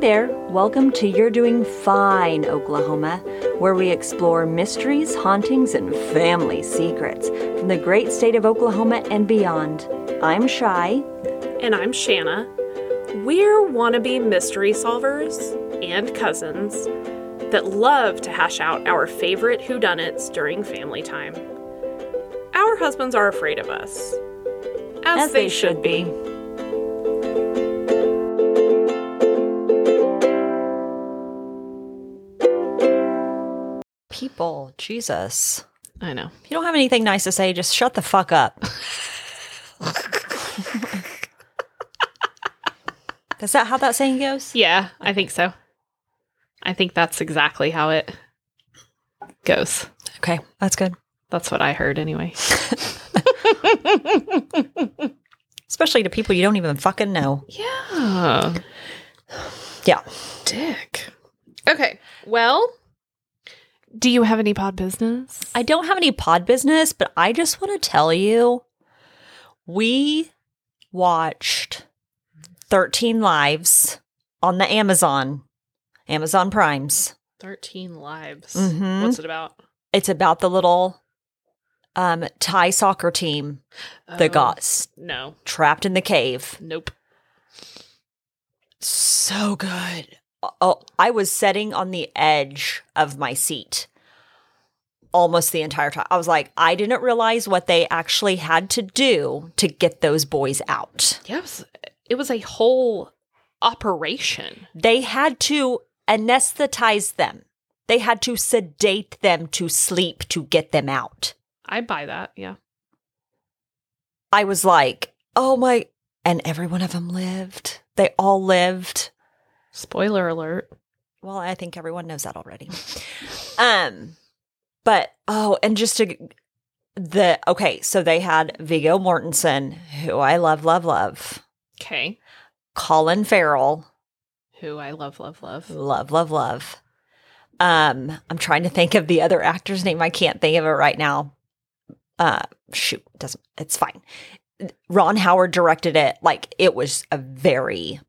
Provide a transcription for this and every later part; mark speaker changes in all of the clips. Speaker 1: there. Welcome to You're Doing Fine, Oklahoma, where we explore mysteries, hauntings, and family secrets from the great state of Oklahoma and beyond. I'm Shy.
Speaker 2: And I'm Shanna. We're wannabe mystery solvers and cousins that love to hash out our favorite whodunits during family time. Our husbands are afraid of us, as, they, should be.
Speaker 3: People, Jesus.
Speaker 2: I know.
Speaker 3: If you don't have anything nice to say, just shut the fuck up. Is that how that saying goes?
Speaker 2: Yeah, I think so. I think that's exactly how it goes.
Speaker 3: Okay, that's good.
Speaker 2: That's what I heard anyway.
Speaker 3: Especially to people you don't even fucking know.
Speaker 2: Yeah.
Speaker 3: Yeah.
Speaker 2: Dick. Okay. Well, do you have any pod business?
Speaker 3: I don't have any pod business, but I just want to tell you we watched 13 Lives on the Amazon, Amazon Primes.
Speaker 2: 13 lives.
Speaker 3: Mhm.
Speaker 2: What's it about?
Speaker 3: It's about the little um, Thai soccer team
Speaker 2: Oh,
Speaker 3: that got s-
Speaker 2: Um, No.
Speaker 3: trapped in the cave.
Speaker 2: Nope.
Speaker 3: So good. Oh, I was sitting on the edge of my seat almost the entire time. I was like, I didn't realize what they actually had to do to get those boys out.
Speaker 2: Yeah, it was, it was a whole operation.
Speaker 3: They had to anesthetize them. They had to sedate them to sleep to get them out.
Speaker 2: I buy that. Yeah.
Speaker 3: I was like, oh my. And every one of them lived. They all lived.
Speaker 2: Spoiler alert.
Speaker 3: Well, I think everyone knows that already. um, but oh, and just to the okay, so they had Vigo Mortensen, who I love, love, love.
Speaker 2: Okay.
Speaker 3: Colin Farrell,
Speaker 2: Who I love, love, love.
Speaker 3: love, love, love. Um, I'm trying to think of the other actor's name. I can't think of it right now. Uh, shoot, doesn't it's fine. Ron Howard directed it. Like it was a very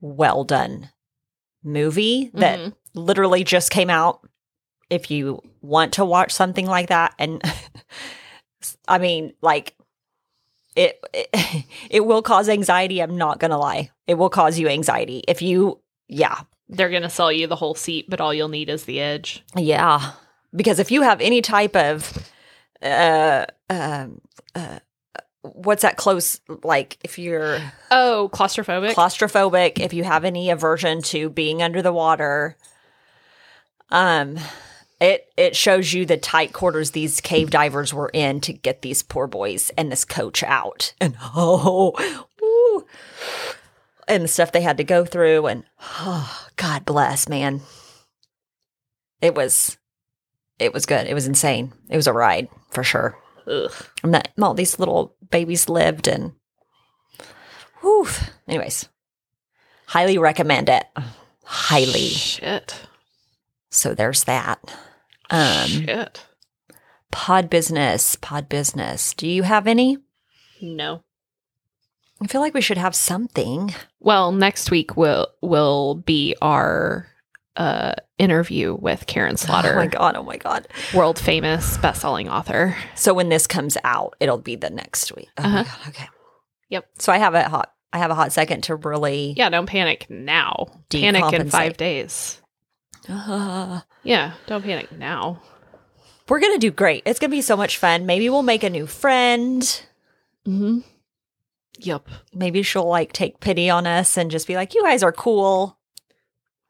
Speaker 3: well done movie that
Speaker 2: Mhm.
Speaker 3: literally just came out. If you want to watch something like that, and I mean, like it, it, it will cause anxiety. I'm not gonna lie, it will cause you anxiety if you, yeah,
Speaker 2: They're going to sell you the whole seat, but all you'll need is the edge.
Speaker 3: yeah, because if you have any type of, uh, um, uh, what's that close? Like if you're
Speaker 2: Oh, claustrophobic?
Speaker 3: claustrophobic if you have any aversion to being under the water um it it shows you the tight quarters these cave divers were in to get these poor boys and this coach out and oh woo, and the stuff they had to go through and oh, god bless man it was it was good it was insane it was a ride for sure
Speaker 2: Ugh.
Speaker 3: and that and all these little babies lived and whew. anyways highly recommend it highly
Speaker 2: Shit.
Speaker 3: so there's that um
Speaker 2: Shit.
Speaker 3: pod business pod business do you have any
Speaker 2: No.
Speaker 3: i feel like we should have something
Speaker 2: Well, next week will will be our uh, interview with Karen Slaughter,
Speaker 3: oh my god oh my god
Speaker 2: world famous bestselling author.
Speaker 3: so when this comes out it'll be the next week oh my god okay
Speaker 2: Uh-huh. Yep.
Speaker 3: so i have a hot i have a hot second to really
Speaker 2: Yeah, don't panic now. Panic in
Speaker 3: Decompensate.
Speaker 2: five days.
Speaker 3: Ah.
Speaker 2: Yeah, don't panic now.
Speaker 3: we're gonna do great it's gonna be so much fun maybe we'll make a new friend
Speaker 2: Mm-hmm. Yep.
Speaker 3: maybe she'll like take pity on us and just be like, "You guys are cool."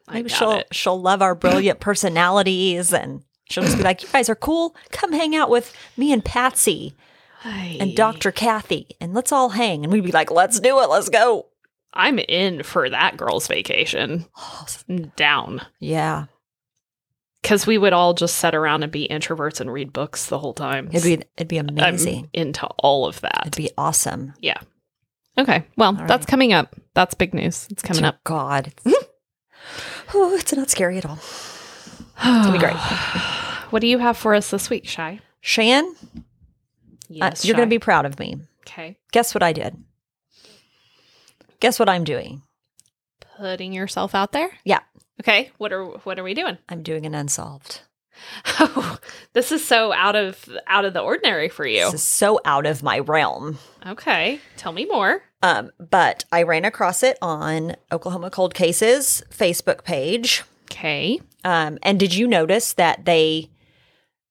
Speaker 2: I
Speaker 3: Maybe
Speaker 2: doubt
Speaker 3: she'll
Speaker 2: it.
Speaker 3: she'll love our brilliant personalities and she'll just be like, "You guys are cool. Come hang out with me and Patsy and
Speaker 2: I-
Speaker 3: Dr. Kathy, and let's all hang." And we'd be like, "Let's do it. Let's go."
Speaker 2: I'm in for that girl's vacation. Down.
Speaker 3: Yeah,
Speaker 2: Because we would all just sit around and be introverts and read books the whole time.
Speaker 3: it'd be it'd be
Speaker 2: I'm
Speaker 3: amazing.
Speaker 2: into all of that.
Speaker 3: it'd be awesome.
Speaker 2: Okay. Well,
Speaker 3: All
Speaker 2: that's
Speaker 3: right.
Speaker 2: coming up. That's big news. It's coming
Speaker 3: Dear
Speaker 2: up.
Speaker 3: God, it's, Ooh, it's not scary at all.
Speaker 2: It'll
Speaker 3: be great.
Speaker 2: what do you have for us this week, Shy?
Speaker 3: Shan, uh, you're going to be proud of me.
Speaker 2: okay.
Speaker 3: Guess what I did? Guess what I'm doing?
Speaker 2: putting yourself out there?
Speaker 3: Yeah.
Speaker 2: Okay. What are what are we doing?
Speaker 3: I'm doing an unsolved.
Speaker 2: Oh, this is so out of out of the ordinary for you.
Speaker 3: This is so out of my realm.
Speaker 2: Okay. Tell me more.
Speaker 3: Um, but I ran across it on Oklahoma Cold Cases Facebook page.
Speaker 2: Okay.
Speaker 3: Um, and did you notice that they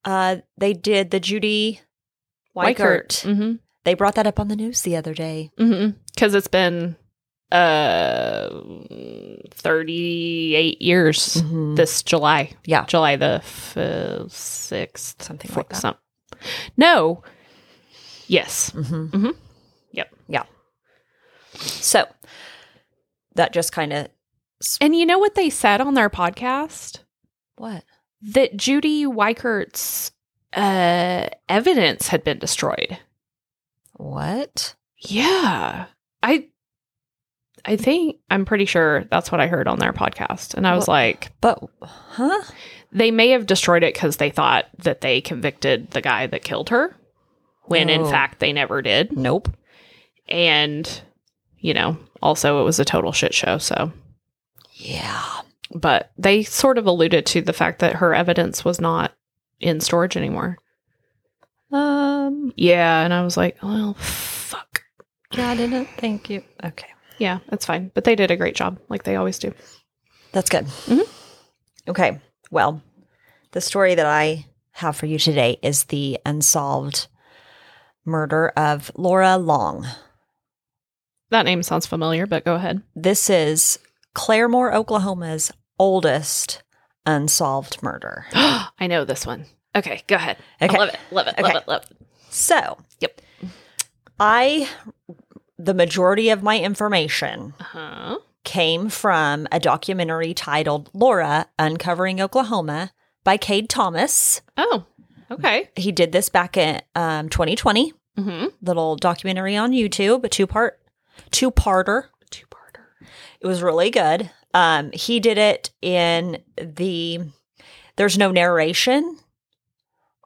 Speaker 3: uh, they did the Judy Weikert?
Speaker 2: Mhm.
Speaker 3: They brought that up on the news the other day.
Speaker 2: Mhm. Cuz it's been uh 38 years
Speaker 3: Mm-hmm.
Speaker 2: this July.
Speaker 3: Yeah.
Speaker 2: July the f- 6th,
Speaker 3: Something
Speaker 2: Fo-
Speaker 3: like that.
Speaker 2: some- No. Yes.
Speaker 3: Mhm.
Speaker 2: Mhm. Yep.
Speaker 3: Yeah. So that just kind of
Speaker 2: And you know what they said on their podcast?
Speaker 3: what?
Speaker 2: That Judy Weikert's uh, evidence had been destroyed.
Speaker 3: What?
Speaker 2: Yeah. I I think I'm pretty sure that's what I heard on their podcast. And I was
Speaker 3: Well-
Speaker 2: like,
Speaker 3: But huh?
Speaker 2: they may have destroyed it because they thought that they convicted the guy that killed her when in
Speaker 3: Oh.
Speaker 2: fact they never did.
Speaker 3: Nope.
Speaker 2: And, you know, also it was a total shit show. So,
Speaker 3: Yeah.
Speaker 2: but they sort of alluded to the fact that her evidence was not in storage anymore.
Speaker 3: Um.
Speaker 2: Yeah. And I was like, well, fuck.
Speaker 3: Yeah, I didn't. Thank you. Okay.
Speaker 2: Yeah, that's fine. But they did a great job, like they always do.
Speaker 3: That's good. Mm-hmm.
Speaker 2: Mhm.
Speaker 3: Okay. Well, the story that I have for you today is the unsolved murder of Laura Long.
Speaker 2: That name sounds familiar, but go ahead.
Speaker 3: This is Claremore, Oklahoma's oldest unsolved murder.
Speaker 2: I know this one. Okay, go ahead.
Speaker 3: Okay.
Speaker 2: I love it. Love it. Love
Speaker 3: Okay.
Speaker 2: it. Love it.
Speaker 3: So,
Speaker 2: Yep.
Speaker 3: I, the majority of my information
Speaker 2: Uh-huh.
Speaker 3: came from a documentary titled Laura Uncovering Oklahoma by Cade Thomas.
Speaker 2: Oh, okay.
Speaker 3: He did this back in um, 2020.
Speaker 2: Mm-hmm.
Speaker 3: little documentary on YouTube, a two part two parter.
Speaker 2: Two-parter.
Speaker 3: It was really good. Um, he did it in the there's no narration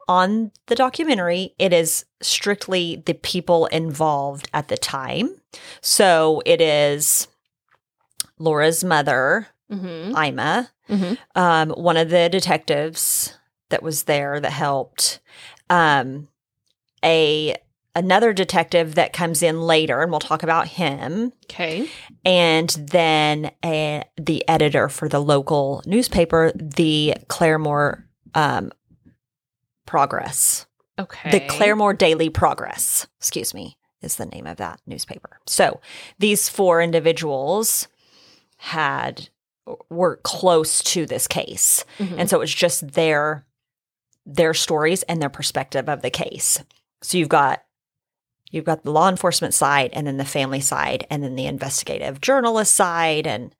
Speaker 3: on the documentary. It is strictly the people involved at the time. So it is Laura's mother,
Speaker 2: Mm-hmm.
Speaker 3: Ima,
Speaker 2: Mhm.
Speaker 3: um, one of the detectives that was there that helped, um, a another detective that comes in later, and we'll talk about him,
Speaker 2: Okay.
Speaker 3: and then uh the editor for the local newspaper, the Claremore um, Progress,
Speaker 2: Okay.
Speaker 3: the Claremore Daily Progress, excuse me, is the name of that newspaper. So these four individuals had were close to this case
Speaker 2: Mhm.
Speaker 3: and so it's just their their stories and their perspective of the case so you've got you've got the law enforcement side and then the family side and then the investigative journalist side and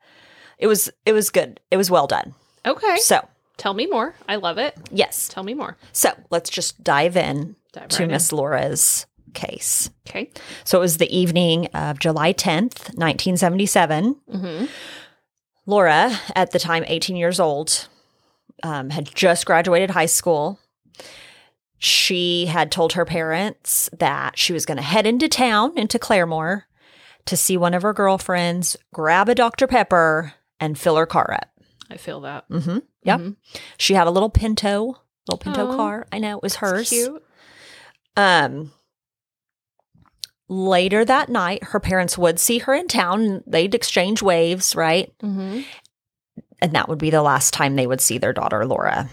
Speaker 3: it was it was good it was well done
Speaker 2: okay.
Speaker 3: so
Speaker 2: Tell me more. I love it.
Speaker 3: yes
Speaker 2: Tell me more.
Speaker 3: so let's just dive in
Speaker 2: Dive
Speaker 3: to
Speaker 2: right in.
Speaker 3: miss laura's case
Speaker 2: Okay.
Speaker 3: so it was the evening of july 10th 1977
Speaker 2: Mm-hmm.
Speaker 3: Laura, at the time 18 years old, um, had just graduated high school. She had told her parents that she was going to head into town, into Claremore, to see one of her girlfriends, grab a Dr. Pepper, and fill her car up.
Speaker 2: I feel that.
Speaker 3: Mm-hmm. Yep.
Speaker 2: Mhm.
Speaker 3: She had a little Pinto, little Pinto
Speaker 2: Aw.
Speaker 3: car. I know it was hers.
Speaker 2: It's Cute.
Speaker 3: Um, later that night, her parents would see her in town. They'd exchange waves, right?
Speaker 2: Mm-hmm.
Speaker 3: and that would be the last time they would see their daughter Laura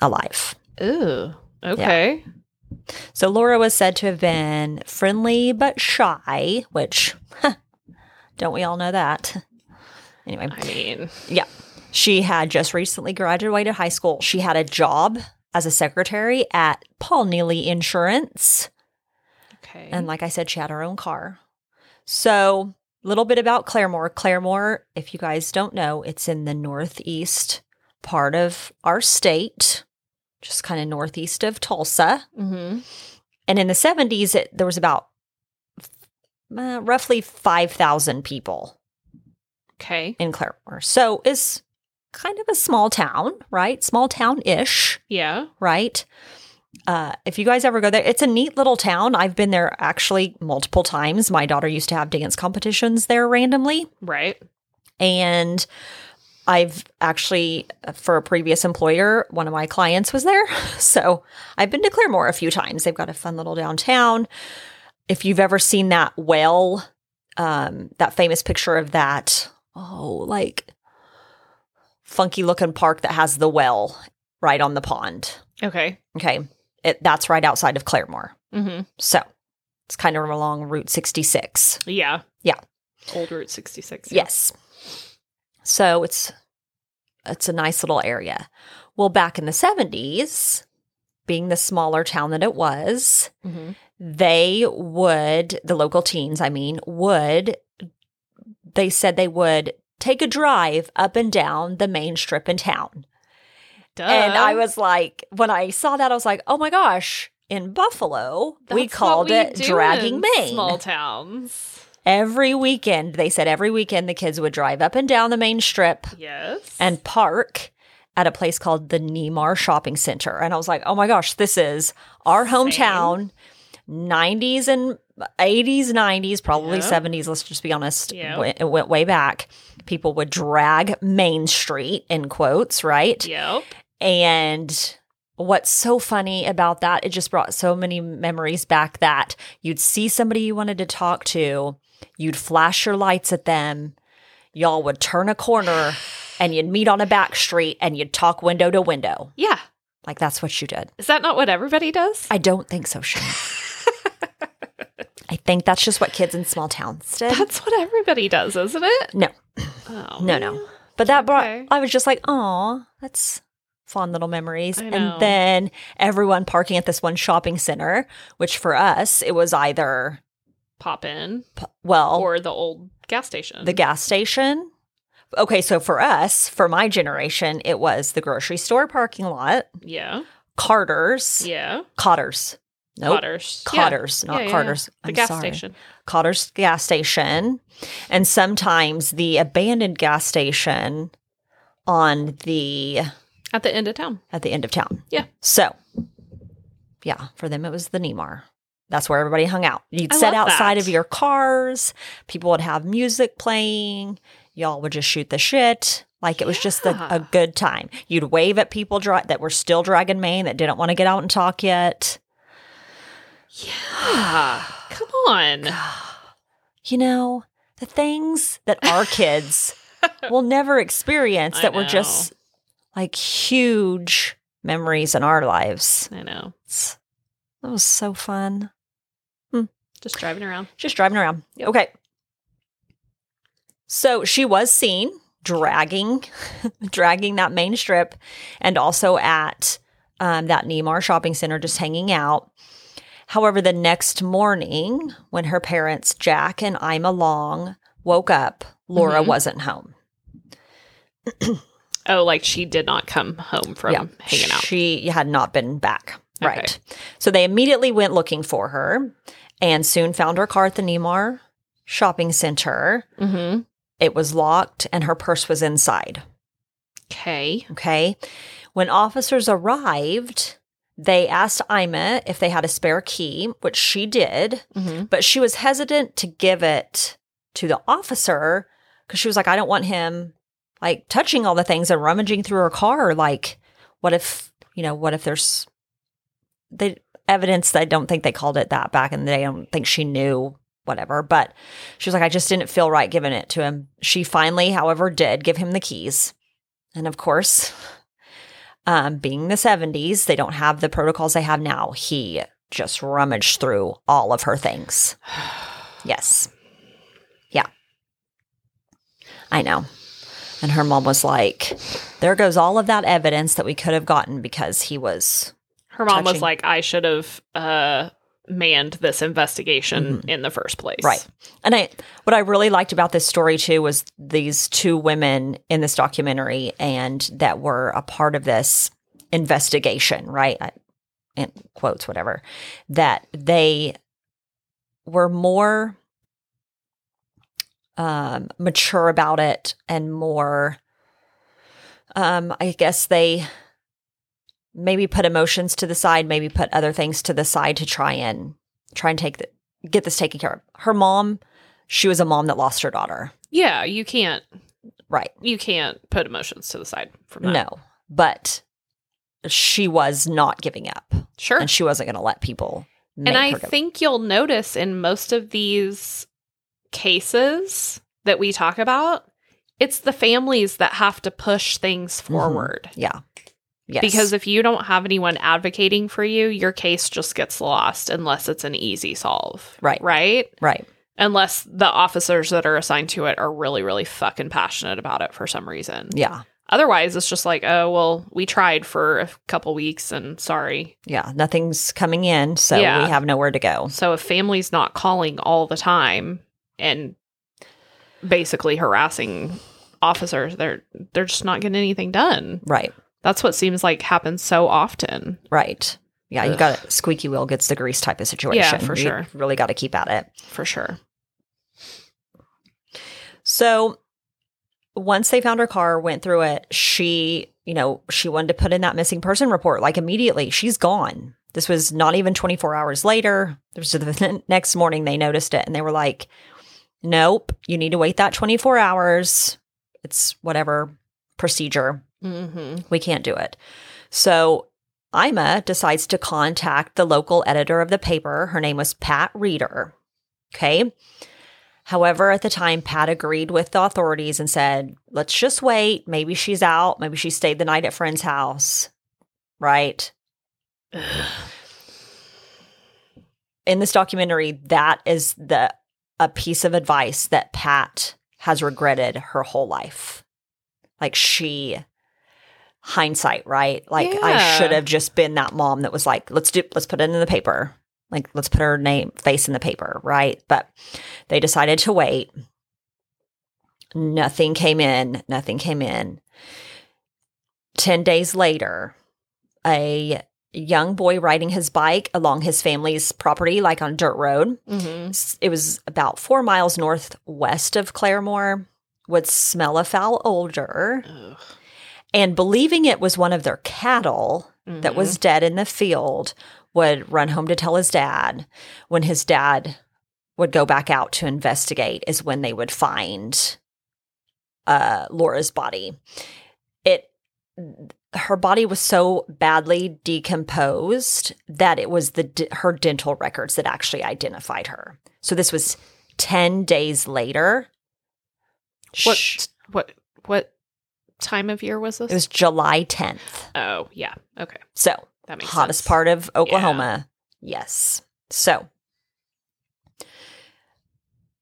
Speaker 3: alive.
Speaker 2: Ooh. Okay.
Speaker 3: So Laura was said to have been friendly but shy, which don't we all know that? Anyway,
Speaker 2: I mean,
Speaker 3: she had just recently graduated high school. She had a job as a secretary at Paul Neely Insurance.
Speaker 2: okay.
Speaker 3: And like I said, she had her own car. So, a little bit about Claremore. Claremore, if you guys don't know, it's in the northeast part of our state, just kind of northeast of Tulsa.
Speaker 2: mm-hmm.
Speaker 3: And in the 70s, it, there was about uh, roughly 5,000 people
Speaker 2: Okay.
Speaker 3: in Claremore. So, it's kind of a small town, right? Small town ish
Speaker 2: Yeah.
Speaker 3: right? Uh, if you guys ever go there, it's a neat little town. I've been there actually multiple times. My daughter used to have dance competitions there randomly.
Speaker 2: Right.
Speaker 3: and I've actually, uh, for a previous employer, one of my clients was there. So I've been to Claremore a few times. They've got a fun little downtown. If you've ever seen that well, um, that famous picture of that, oh, like funky looking park that has the well right on the pond.
Speaker 2: Okay.
Speaker 3: Okay. It, that's right outside of Claremore.
Speaker 2: Mm-hmm.
Speaker 3: So it's kind of along Route 66.
Speaker 2: Yeah.
Speaker 3: Yeah.
Speaker 2: Old Route 66. yeah.
Speaker 3: Yes. So it's it's a nice little area. Well, back in the 70s, being the smaller town that it was,
Speaker 2: Mhm.
Speaker 3: they would the local teens, I mean, would they said they would take a drive up and down the main strip in town.
Speaker 2: Duh.
Speaker 3: And I
Speaker 2: Uh-huh.
Speaker 3: was like, when I saw that, I was like, oh my gosh, in Buffalo, we
Speaker 2: That's what
Speaker 3: called
Speaker 2: we
Speaker 3: it
Speaker 2: do
Speaker 3: dragging
Speaker 2: in
Speaker 3: Maine.
Speaker 2: Small towns.
Speaker 3: Every weekend, they said every weekend the kids would drive up and down the main strip
Speaker 2: Yes.
Speaker 3: and park at a place called the Nemar Shopping Center. And I was like, oh my gosh, this is our hometown, 90s and 80s, 90s, probably
Speaker 2: Yeah.
Speaker 3: 70s. Let's just be honest.
Speaker 2: Yeah.
Speaker 3: w- It went way back. People would drag Main Street, in quotes, right?
Speaker 2: Yep.
Speaker 3: And what's so funny about that, it just brought so many memories back that you'd see somebody you wanted to talk to, you'd flash your lights at them, y'all would turn a corner and you'd meet on a back street and you'd talk window to window.
Speaker 2: Yeah.
Speaker 3: Like that's what you did.
Speaker 2: Is that not what everybody does?
Speaker 3: I don't think so, Shana. I think that's just what kids in small towns did.
Speaker 2: That's what everybody does, isn't it?
Speaker 3: No.
Speaker 2: Oh,
Speaker 3: No, no. But that brought
Speaker 2: Okay.
Speaker 3: I was just like, "Oh, that's fond little memories."
Speaker 2: I know.
Speaker 3: And then everyone parking at this one shopping center, which for us it was either
Speaker 2: Pop in
Speaker 3: p- well,
Speaker 2: or the old gas station.
Speaker 3: the gas station. Okay, so for us, for my generation, it was the grocery store parking lot,
Speaker 2: yeah.
Speaker 3: Carter's,
Speaker 2: Yeah.
Speaker 3: Cotters. Nope.
Speaker 2: Cotters. Yeah.
Speaker 3: Cotters, not
Speaker 2: Yeah, yeah,
Speaker 3: Carter's.
Speaker 2: The
Speaker 3: I'm
Speaker 2: gas
Speaker 3: sorry.
Speaker 2: station.
Speaker 3: Cotter's gas station, and sometimes the abandoned gas station on the
Speaker 2: At the end of town.
Speaker 3: at the end of town.
Speaker 2: Yeah.
Speaker 3: So, yeah, for them it was the Nemar. That's where everybody hung out. You'd
Speaker 2: I
Speaker 3: sit
Speaker 2: love
Speaker 3: outside
Speaker 2: that.
Speaker 3: of your cars. People would have music playing. Y'all would just shoot the shit. Like it was just a,
Speaker 2: Yeah.
Speaker 3: a good time. You'd wave at people dra- that were still dragging Maine that didn't want to get out and talk yet.
Speaker 2: Yeah. Come on.
Speaker 3: you know, the things that our kids will never experience
Speaker 2: I
Speaker 3: that were
Speaker 2: know.
Speaker 3: just like huge memories in our lives.
Speaker 2: I know.
Speaker 3: It's, that was so fun.
Speaker 2: Just driving around.
Speaker 3: Just driving around. Okay. So she was seen dragging, dragging that main strip and also at um, that Nemar shopping center just hanging out. However, the next morning, when her parents, Jack and Ima Long, woke up, Laura
Speaker 2: Mhm.
Speaker 3: wasn't home.
Speaker 2: Oh, like she did not come home from hanging out.
Speaker 3: She had not been back.
Speaker 2: Okay.
Speaker 3: Right. So they immediately went looking for her and soon found her car at the Nemar shopping center.
Speaker 2: Mm-hmm.
Speaker 3: It was locked and her purse was inside.
Speaker 2: Okay.
Speaker 3: Okay. When officers arrived, they asked Ima if they had a spare key, which she did,
Speaker 2: Mm-hmm.
Speaker 3: but she was hesitant to give it to the officer because she was like, I don't want him like touching all the things and rummaging through her car. Like, what if, you know, what if there's the evidence? I don't think they called it that back in the day. I don't think she knew whatever, but she was like, I just didn't feel right giving it to him. She finally, however, did give him the keys. And of course, um, being the 70s, they don't have the protocols they have now. He just rummaged through all of her things. Yes. Yeah. I know. And her mom was like, there goes all of that evidence that we could have gotten because he was,
Speaker 2: Her mom was
Speaker 3: Touching.
Speaker 2: like, I should have uh, manned this investigation in the first place.
Speaker 3: Mm-hmm. Right. and I, what I really liked about this story too was these two women in this documentary and that were a part of this investigation, right? I, in quotes, whatever, that they were more um, mature about it and more, um, I guess they maybe put emotions to the side, maybe put other things to the side to try and try and take the, get this taken care of. Her mom, she was a mom that lost her daughter.
Speaker 2: Yeah. You can't
Speaker 3: Right.
Speaker 2: You can't put emotions to the side from that.
Speaker 3: No. But she was not giving up
Speaker 2: Sure.
Speaker 3: and she wasn't going to let people. make
Speaker 2: And I
Speaker 3: her give-
Speaker 2: think you'll notice in most of these cases that we talk about, it's the families that have to push things forward.
Speaker 3: Yeah. Mm-hmm. Yes.
Speaker 2: Because if you don't have anyone advocating for you, your case just gets lost unless it's an easy solve.
Speaker 3: Right.
Speaker 2: Right?
Speaker 3: Right.
Speaker 2: Unless the officers that are assigned to it are really, really fucking passionate about it for some reason.
Speaker 3: Yeah.
Speaker 2: Otherwise, it's just like, oh, well, we tried for a couple weeks and sorry.
Speaker 3: Yeah. Nothing's coming in. So
Speaker 2: Yeah.
Speaker 3: we have nowhere to go.
Speaker 2: So if family's not calling all the time and basically harassing officers, they're they're just not getting anything done.
Speaker 3: Right.
Speaker 2: That's what seems like happens so often.
Speaker 3: Right. Yeah. You got it. Squeaky wheel gets the grease type of situation.
Speaker 2: for
Speaker 3: You
Speaker 2: sure.
Speaker 3: Really got to keep at it.
Speaker 2: For sure.
Speaker 3: So once they found her car, went through it, she, you know, she wanted to put in that missing person report like immediately. She's gone. This was not even 24 hours later. It was the next morning they noticed it and they were like, nope, you need to wait that 24 hours. It's whatever procedure.
Speaker 2: Mm-hmm.
Speaker 3: We can't do it. So Ima decides to contact the local editor of the paper. Her name was Pat Reeder. Okay. However, at the time, Pat agreed with the authorities and said, let's just wait. Maybe she's out. Maybe she stayed the night at friend's house. Right. In this documentary, that is the a piece of advice that Pat has regretted her whole life. Like she hindsight, right? Like I
Speaker 2: Yeah.
Speaker 3: should have just been that mom that was like, let's do let's put it in the paper. Like let's put her name face in the paper, right? But they decided to wait. Nothing came in, nothing came in. 10 days later, a young boy riding his bike along his family's property like on dirt road
Speaker 2: Mm-hmm.
Speaker 3: s- it was about four miles northwest of Claremore, would smell a foul odor. And believing it was one of their cattle that was dead in the field, would run home to tell his dad. When his dad would go back out to investigate, is when they would find uh, Laura's body. It her body was so badly decomposed that it was the d- her dental records that actually identified her. So this was 10 days later.
Speaker 2: What
Speaker 3: Sh-
Speaker 2: what what time of year was this?
Speaker 3: It was July 10th.
Speaker 2: oh yeah okay
Speaker 3: So,
Speaker 2: that makes
Speaker 3: hottest
Speaker 2: sense.
Speaker 3: part of Oklahoma. Yes. So,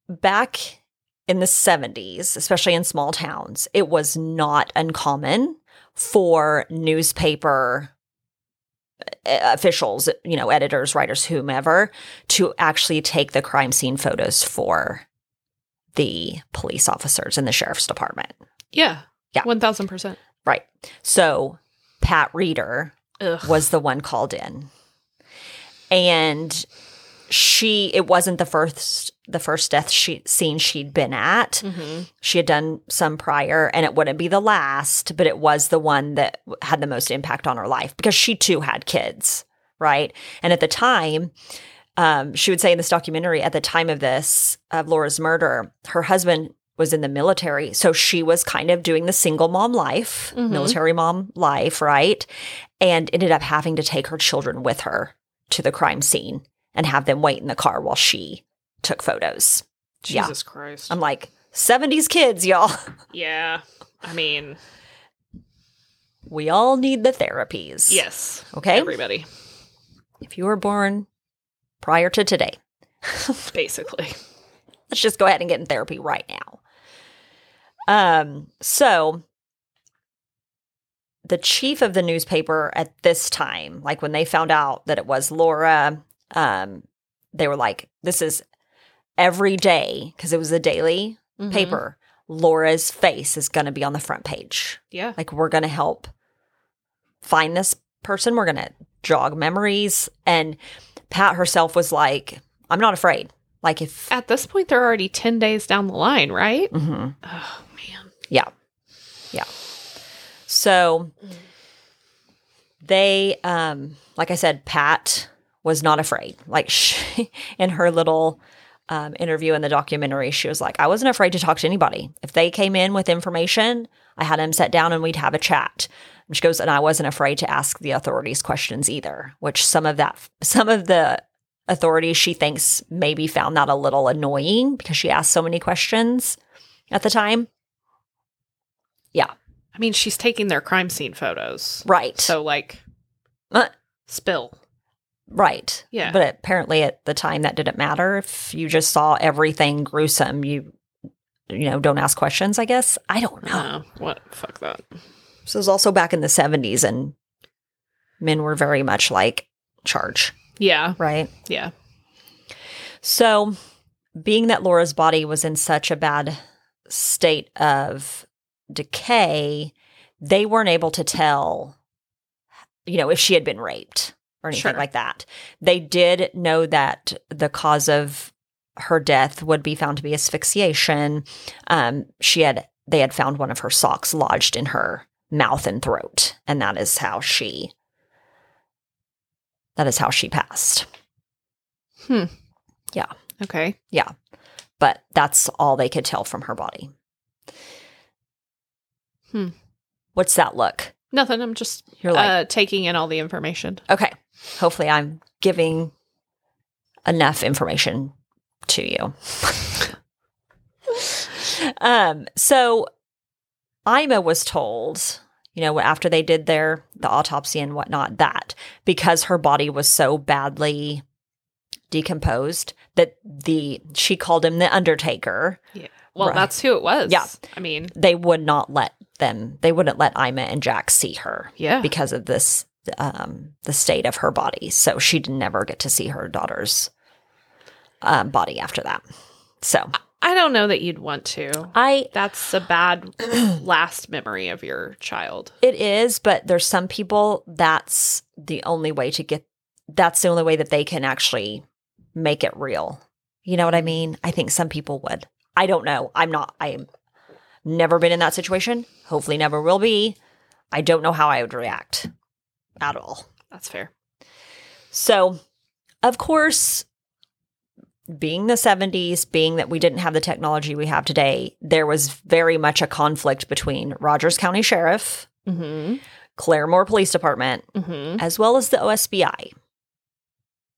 Speaker 3: back in the 70s, especially in small towns, it was not uncommon for newspaper uh, officials, you know, editors, writers, whomever, to actually take the crime scene photos for the police officers in the sheriff's department.
Speaker 2: Yeah
Speaker 3: Yeah.
Speaker 2: one thousand percent.
Speaker 3: Right. So, Pat Reeder,
Speaker 2: Ugh.
Speaker 3: was the one called in and she it wasn't the first the first death she, scene she'd been at
Speaker 2: Mhm.
Speaker 3: she had done some prior and it wouldn't be the last but it was the one that w- had the most impact on her life because she too had kids right and at the time um, she would say in this documentary at the time of this of laura's murder her husband was in the military so she was kind of doing the single mom life
Speaker 2: Mhm.
Speaker 3: military mom life right and ended up having to take her children with her to the crime scene and have them wait in the car while she took photos Yeah.
Speaker 2: Jesus Christ.
Speaker 3: i'm like 70s kids y'all
Speaker 2: yeah. I mean,
Speaker 3: We all need the therapies.
Speaker 2: yes.
Speaker 3: Okay.
Speaker 2: Everybody,
Speaker 3: If you were born prior to today,
Speaker 2: basically.
Speaker 3: let's just go ahead and get in therapy right now. Um, so the chief of the newspaper at this time, like when they found out that it was Laura, um, they were like, this is every day, because it was a daily
Speaker 2: Mhm.
Speaker 3: paper, Laura's face is going to be on the front page.
Speaker 2: Yeah.
Speaker 3: Like we're going to help find this person. We're going to jog memories. And Pat herself was like, I'm not afraid. Like if
Speaker 2: At this point, they're already 10 days down the line, right?
Speaker 3: Mhm.
Speaker 2: Oh, man.
Speaker 3: so they um like I said Pat was not afraid. Like she in her little um, interview in the documentary, she was like, I wasn't afraid to talk to anybody. If they came in with information, I had them sit down and we'd have a chat. And she goes, and I wasn't afraid to ask the authorities questions either, which some of that, some of the authorities she thinks maybe found that a little annoying because she asked so many questions at the time. Yeah,
Speaker 2: I mean, she's taking their crime scene photos.
Speaker 3: right.
Speaker 2: So, like,
Speaker 3: Uh,
Speaker 2: spill.
Speaker 3: Right.
Speaker 2: Yeah.
Speaker 3: But apparently at the time that didn't matter. If you just saw everything gruesome, you you know, don't ask questions, I guess. I don't know.
Speaker 2: No. Uh, What? Fuck that.
Speaker 3: This was also back in the 70s and men were very much like charge,
Speaker 2: Yeah.
Speaker 3: right?
Speaker 2: Yeah.
Speaker 3: So, being that Laura's body was in such a bad state of decay, they weren't able to tell, you know, if she had been raped or anything
Speaker 2: Sure.
Speaker 3: like that. They did know that the cause of her death would be found to be asphyxiation. Um, she had they had found one of her socks lodged in her mouth and throat, and that is how she that is how she passed.
Speaker 2: Okay.
Speaker 3: but that's all they could tell from her body.
Speaker 2: Hmm.
Speaker 3: What's that look?
Speaker 2: Nothing. I'm just
Speaker 3: You're like,
Speaker 2: uh, taking in all the information.
Speaker 3: okay, hopefully I'm giving enough information to you. um, so Ima was told, you know, after they did their the autopsy and whatnot, that because her body was so badly decomposed that the she called him the undertaker
Speaker 2: Well,
Speaker 3: Right.
Speaker 2: that's who it was.
Speaker 3: Yeah.
Speaker 2: I mean,
Speaker 3: they would not let them they wouldn't let Ima and Jack see her
Speaker 2: yeah.
Speaker 3: because of this um the state of her body so she did never get to see her daughter's um, body after that so
Speaker 2: I don't know that you'd want to.
Speaker 3: I
Speaker 2: That's a bad last memory of your child.
Speaker 3: it is but there's some people that's the only way to get that's the only way that they can actually make it real you know what I mean I think some people would I don't know I'm not I'm never been in that situation hopefully never will be I don't know how I would react at all
Speaker 2: That's fair.
Speaker 3: So, of course, being the 70s, being that we didn't have the technology we have today, there was very much a conflict between Rogers County Sheriff,
Speaker 2: Mm-hmm.
Speaker 3: Claremore Police Department,
Speaker 2: Mm-hmm.
Speaker 3: as well as the OSBI.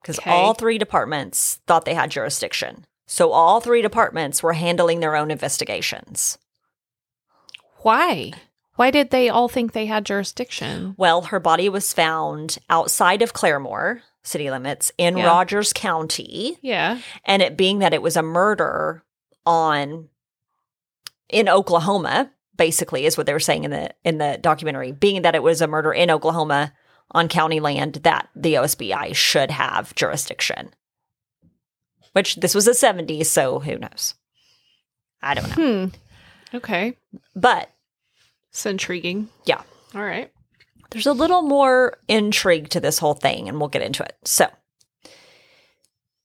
Speaker 3: Because
Speaker 2: Okay.
Speaker 3: all three departments thought they had jurisdiction. So, all three departments were handling their own investigations.
Speaker 2: Why? Why did they all think they had jurisdiction?
Speaker 3: Well, her body was found outside of Claremore city limits in
Speaker 2: Yeah.
Speaker 3: Rogers County.
Speaker 2: Yeah.
Speaker 3: and it being that it was a murder on in Oklahoma basically is what they were saying in the in the documentary being that it was a murder in Oklahoma on county land that the OSBI should have jurisdiction which this was the 70s so who knows i don't know
Speaker 2: Hmm. Okay.
Speaker 3: but
Speaker 2: It's intriguing.
Speaker 3: Yeah.
Speaker 2: All right.
Speaker 3: there's a little more intrigue to this whole thing, and we'll get into it. So,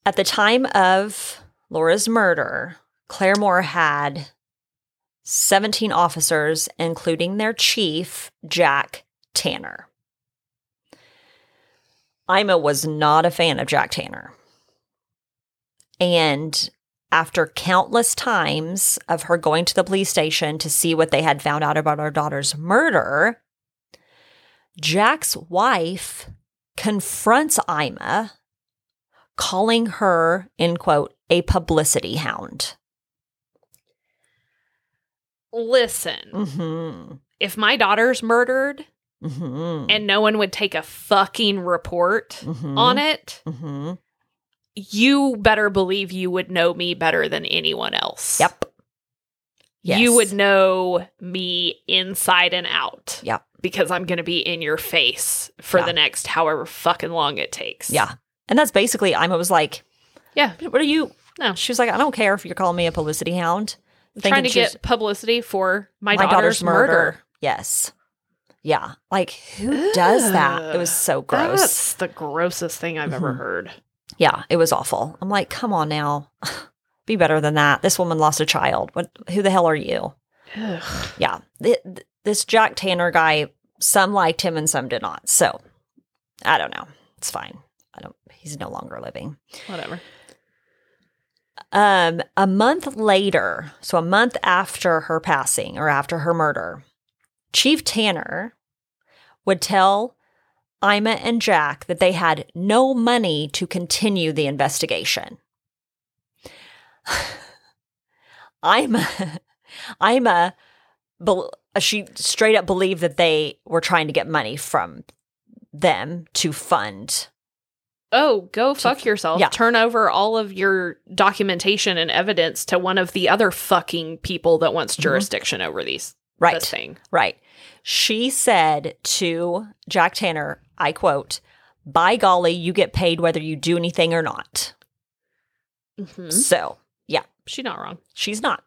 Speaker 3: at the time of Laura's murder, Claremore had 17 officers, including their chief, Jack Tanner. Ima was not a fan of Jack Tanner. And after countless times of her going to the police station to see what they had found out about her daughter's murder, Jack's wife confronts Ima, calling her, in quote, a publicity hound.
Speaker 2: Listen,
Speaker 3: Mm
Speaker 2: if my daughter's murdered
Speaker 3: hmm. Mm hmm.
Speaker 2: and no one would take a fucking report
Speaker 3: Mm-hmm.
Speaker 2: on it,
Speaker 3: hmm
Speaker 2: you better believe you would know me better than anyone else.
Speaker 3: Yep.
Speaker 2: You would know me inside and out.
Speaker 3: Yep.
Speaker 2: Because I'm going to be in your face for
Speaker 3: Yeah.
Speaker 2: the next however fucking long it takes.
Speaker 3: Yeah. And that's basically, Ima was like,
Speaker 2: Yeah.
Speaker 3: What are you?
Speaker 2: No.
Speaker 3: She was like, I don't care if you're calling me a publicity hound. Thinking
Speaker 2: trying to
Speaker 3: she was-
Speaker 2: get publicity for my, daughter's, murder.
Speaker 3: Yes. Yeah. Like, who does that? It was so gross.
Speaker 2: That's the grossest thing I've ever
Speaker 3: Mhm.
Speaker 2: heard.
Speaker 3: Yeah, it was awful. I'm like, come on now. Be better than that. This woman lost a child. What who the hell are you?
Speaker 2: Ugh.
Speaker 3: Yeah. Th- th- this Jack Tanner guy, some liked him and some did not. So, I don't know. It's fine. I don't he's no longer living.
Speaker 2: Whatever.
Speaker 3: Um, a month later, so a month after her passing or after her murder, Chief Tanner would tell Ima and Jack that they had no money to continue the investigation. Ima, Ima, bel- she straight up believed that they were trying to get money from them to fund
Speaker 2: Oh, go fuck yourself.
Speaker 3: yeah.
Speaker 2: Turn over all of your documentation and evidence to one of the other fucking people that wants jurisdiction over these
Speaker 3: Mm-hmm. right
Speaker 2: this thing.
Speaker 3: Right. She said to Jack Tanner, I quote, by golly, you get paid whether you do anything or not.
Speaker 2: Mhm.
Speaker 3: So
Speaker 2: She's not wrong.
Speaker 3: she's not.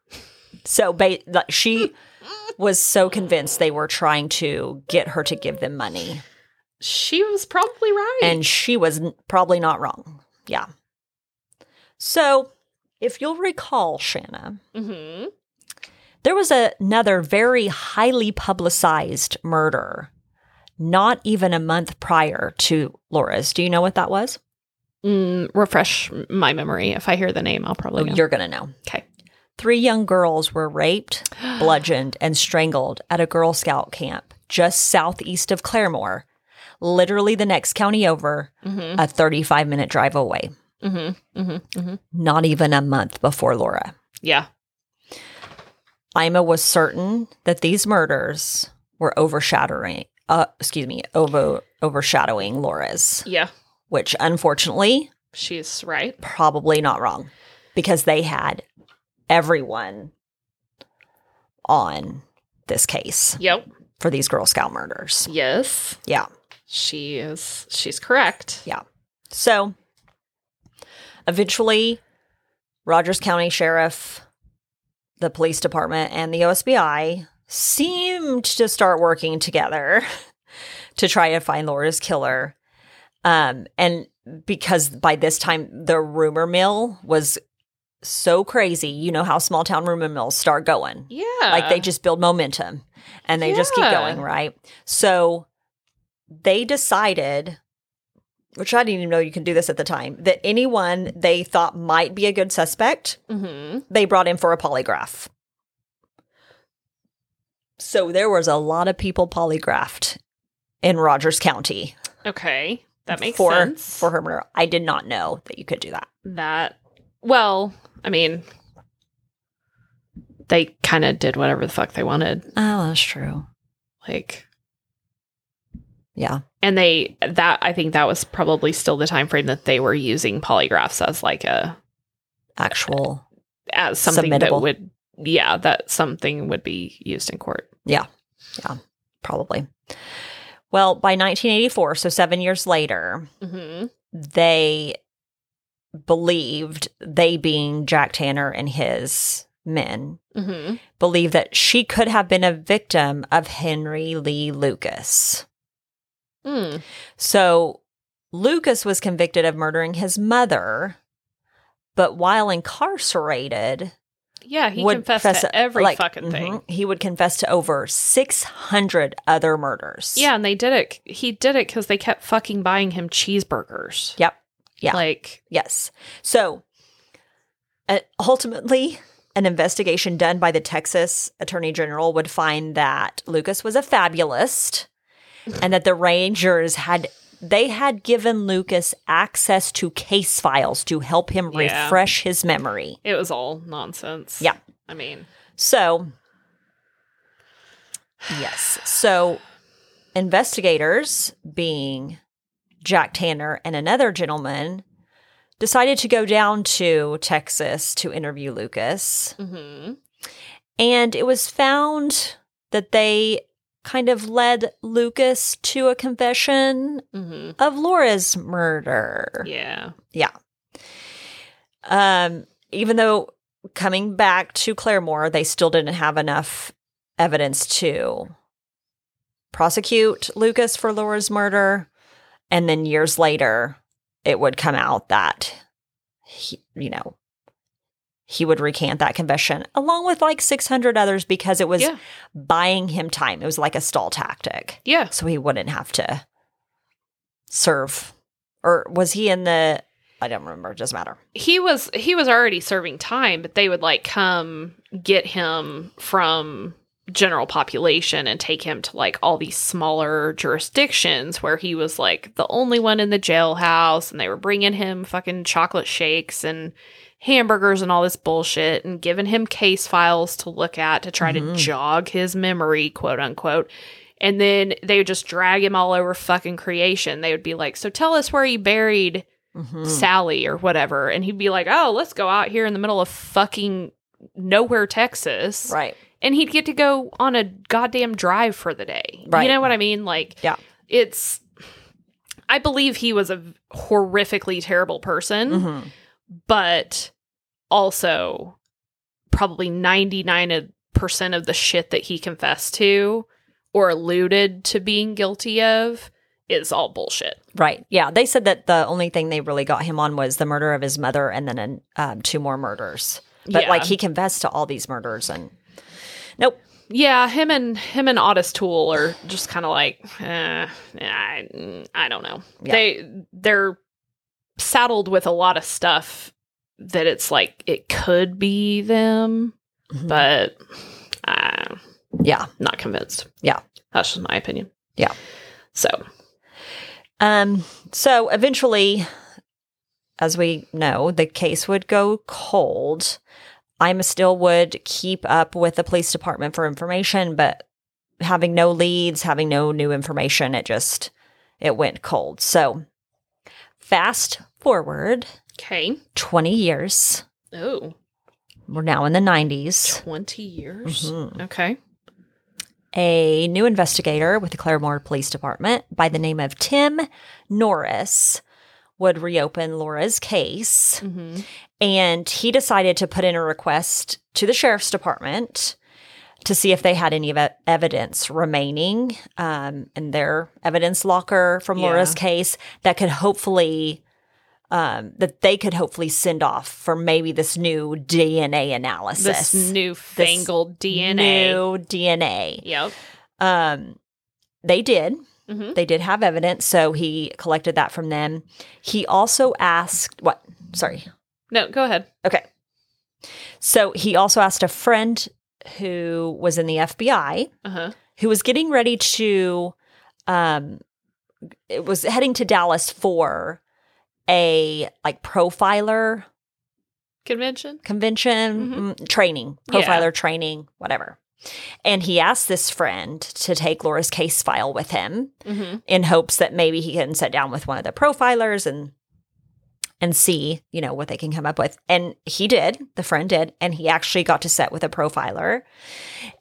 Speaker 3: So ba- like, she was so convinced they were trying to get her to give them money.
Speaker 2: She was probably right.
Speaker 3: And she was n- probably not wrong. Yeah. So if you'll recall, Shanna,
Speaker 2: hmm
Speaker 3: there was a- another very highly publicized murder not even a month prior to Laura's. Do you know what that was?
Speaker 2: mm, refresh my memory. If I hear the name, I'll probably
Speaker 3: Oh,
Speaker 2: know.
Speaker 3: you're going to know.
Speaker 2: Okay.
Speaker 3: Three young girls were raped, bludgeoned, and strangled at a Girl Scout camp just southeast of Claremore, literally the next county over,
Speaker 2: Mhm.
Speaker 3: a 35 minute drive away,
Speaker 2: Mm-hmm. Mm-hmm. Mm-hmm.
Speaker 3: not even a month before Laura.
Speaker 2: Yeah.
Speaker 3: Ima was certain that these murders were overshadowing, uh, excuse me, over, overshadowing Laura's,
Speaker 2: Yeah.
Speaker 3: which unfortunately,
Speaker 2: She's right.
Speaker 3: probably not wrong because they had everyone on this case.
Speaker 2: Yep.
Speaker 3: for these Girl Scout murders.
Speaker 2: Yes.
Speaker 3: Yeah.
Speaker 2: She is. She's correct.
Speaker 3: So eventually, Rogers County Sheriff, the police department, and the OSBI seemed to start working together to try to find Laura's killer. Um, and because by this time, the rumor mill was so crazy. You know how small town rumor mills start going.
Speaker 2: Yeah.
Speaker 3: Like they just build momentum and they just keep
Speaker 2: Yeah.
Speaker 3: going, right? So they decided, which I didn't even know you can do this at the time, that anyone they thought might be a good suspect,
Speaker 2: Mm-hmm.
Speaker 3: they brought in for a polygraph. So there was a lot of people polygraphed in Rogers County
Speaker 2: Okay. That makes
Speaker 3: for
Speaker 2: sense.
Speaker 3: for her murder. I did not know that you could do that.
Speaker 2: that well i mean they kind of did whatever the fuck they wanted
Speaker 3: Oh, that's true.
Speaker 2: like
Speaker 3: Yeah.
Speaker 2: and they that i think that was probably still the time frame that they were using polygraphs as like a
Speaker 3: Actual.
Speaker 2: as something
Speaker 3: Submittable.
Speaker 2: that would yeah that something would be used in court
Speaker 3: probably. Well, by 1984, so seven years later,
Speaker 2: mm-hmm.
Speaker 3: they believed, they being Jack Tanner and his men,
Speaker 2: Mm-hmm.
Speaker 3: believed that she could have been a victim of Henry Lee Lucas.
Speaker 2: Mm.
Speaker 3: So Lucas was convicted of murdering his mother, but while incarcerated,
Speaker 2: yeah he
Speaker 3: would
Speaker 2: confessed
Speaker 3: confess
Speaker 2: to every
Speaker 3: like,
Speaker 2: fucking thing
Speaker 3: mhm, He would confess to over 600 other murders.
Speaker 2: yeah and they did it he did it because they kept fucking buying him cheeseburgers
Speaker 3: Yep. Yeah.
Speaker 2: like
Speaker 3: Yes. So uh, ultimately, an investigation done by the Texas Attorney General would find that Lucas was a fabulist and that the Rangers had they had given Lucas access to case files to help him
Speaker 2: Yeah.
Speaker 3: refresh his memory.
Speaker 2: it was all nonsense
Speaker 3: Yeah.
Speaker 2: i mean
Speaker 3: So yes. So investigators being Jack Tanner and another gentleman decided to go down to Texas to interview Lucas.
Speaker 2: mm-hmm.
Speaker 3: And it was found that they kind of led Lucas to a confession
Speaker 2: Mm-hmm.
Speaker 3: of Laura's murder.
Speaker 2: Yeah.
Speaker 3: Um, even though coming back to Claremore, they still didn't have enough evidence to prosecute Lucas for Laura's murder. And then years later, it would come out that he, you know, he would recant that confession along with like 600 others because it was
Speaker 2: Yeah.
Speaker 3: buying him time. It was like a stall tactic.
Speaker 2: Yeah.
Speaker 3: So he wouldn't have to serve. Or was he in the I don't remember. It doesn't matter.
Speaker 2: he was he was already serving time, but they would like come get him from general population and take him to like all these smaller jurisdictions where he was like the only one in the jailhouse and they were bringing him fucking chocolate shakes and hamburgers and all this bullshit and giving him case files to look at to try to jog his memory quote unquote and then they would just drag him all over fucking creation they would be like so tell us where you buried
Speaker 3: Mm.
Speaker 2: Sally or whatever. And he'd be like, oh, let's go out here in the middle of fucking nowhere, Texas.
Speaker 3: Right.
Speaker 2: And he'd get to go on a goddamn drive for the day.
Speaker 3: Right.
Speaker 2: You know what I mean? Like,
Speaker 3: Yeah.
Speaker 2: it's, I believe he was a horrifically terrible person,
Speaker 3: Mhm.
Speaker 2: but also probably 99% of the shit that he confessed to or alluded to being guilty of is all bullshit.
Speaker 3: Right. Yeah. They said that the only thing they really got him on was the murder of his mother and then um, two more murders. But
Speaker 2: Yeah.
Speaker 3: like he confessed to all these murders and nope.
Speaker 2: Yeah, him and him and Otis Tool are just kind of like, eh, I, I don't know.
Speaker 3: Yeah.
Speaker 2: They they're saddled with a lot of stuff that it's like it could be them,
Speaker 3: Mhm.
Speaker 2: but I'm
Speaker 3: yeah.
Speaker 2: not convinced.
Speaker 3: Yeah.
Speaker 2: that's just my opinion.
Speaker 3: Yeah.
Speaker 2: So
Speaker 3: Um, so eventually, as we know, the case would go cold. I'm still would keep up with the police department for information, but having no leads, having no new information, it just it went cold. So fast forward
Speaker 2: okay.
Speaker 3: 20 years.
Speaker 2: Oh,
Speaker 3: We're now in the 90s.
Speaker 2: 20 years.
Speaker 3: Mhm.
Speaker 2: Okay.
Speaker 3: a new investigator with the Claremore Police Department by the name of Tim Norris would reopen Laura's case.
Speaker 2: Mm-hmm.
Speaker 3: And he decided to put in a request to the sheriff's department to see if they had any ev- evidence remaining um, in their evidence locker from Laura's case that could hopefully. Um, that they could hopefully send off for maybe this new DNA analysis,
Speaker 2: This newfangled DNA.
Speaker 3: new DNA.
Speaker 2: Yep.
Speaker 3: Um, they did.
Speaker 2: Mhm.
Speaker 3: They did have evidence, so he collected that from them. He also asked what? Sorry.
Speaker 2: No, go ahead.
Speaker 3: Okay. So he also asked a friend who was in the FBI,
Speaker 2: Uh huh.
Speaker 3: who was getting ready to, um, it was heading to Dallas for a like profiler
Speaker 2: Convention.
Speaker 3: convention mm, training,
Speaker 2: Yeah.
Speaker 3: profiler training, whatever. And he asked this friend to take Laura's case file with him.
Speaker 2: Mm-hmm.
Speaker 3: in hopes that maybe he can sit down with one of the profilers and and see you know what they can come up with and he did the friend did and he actually got to sit with a profiler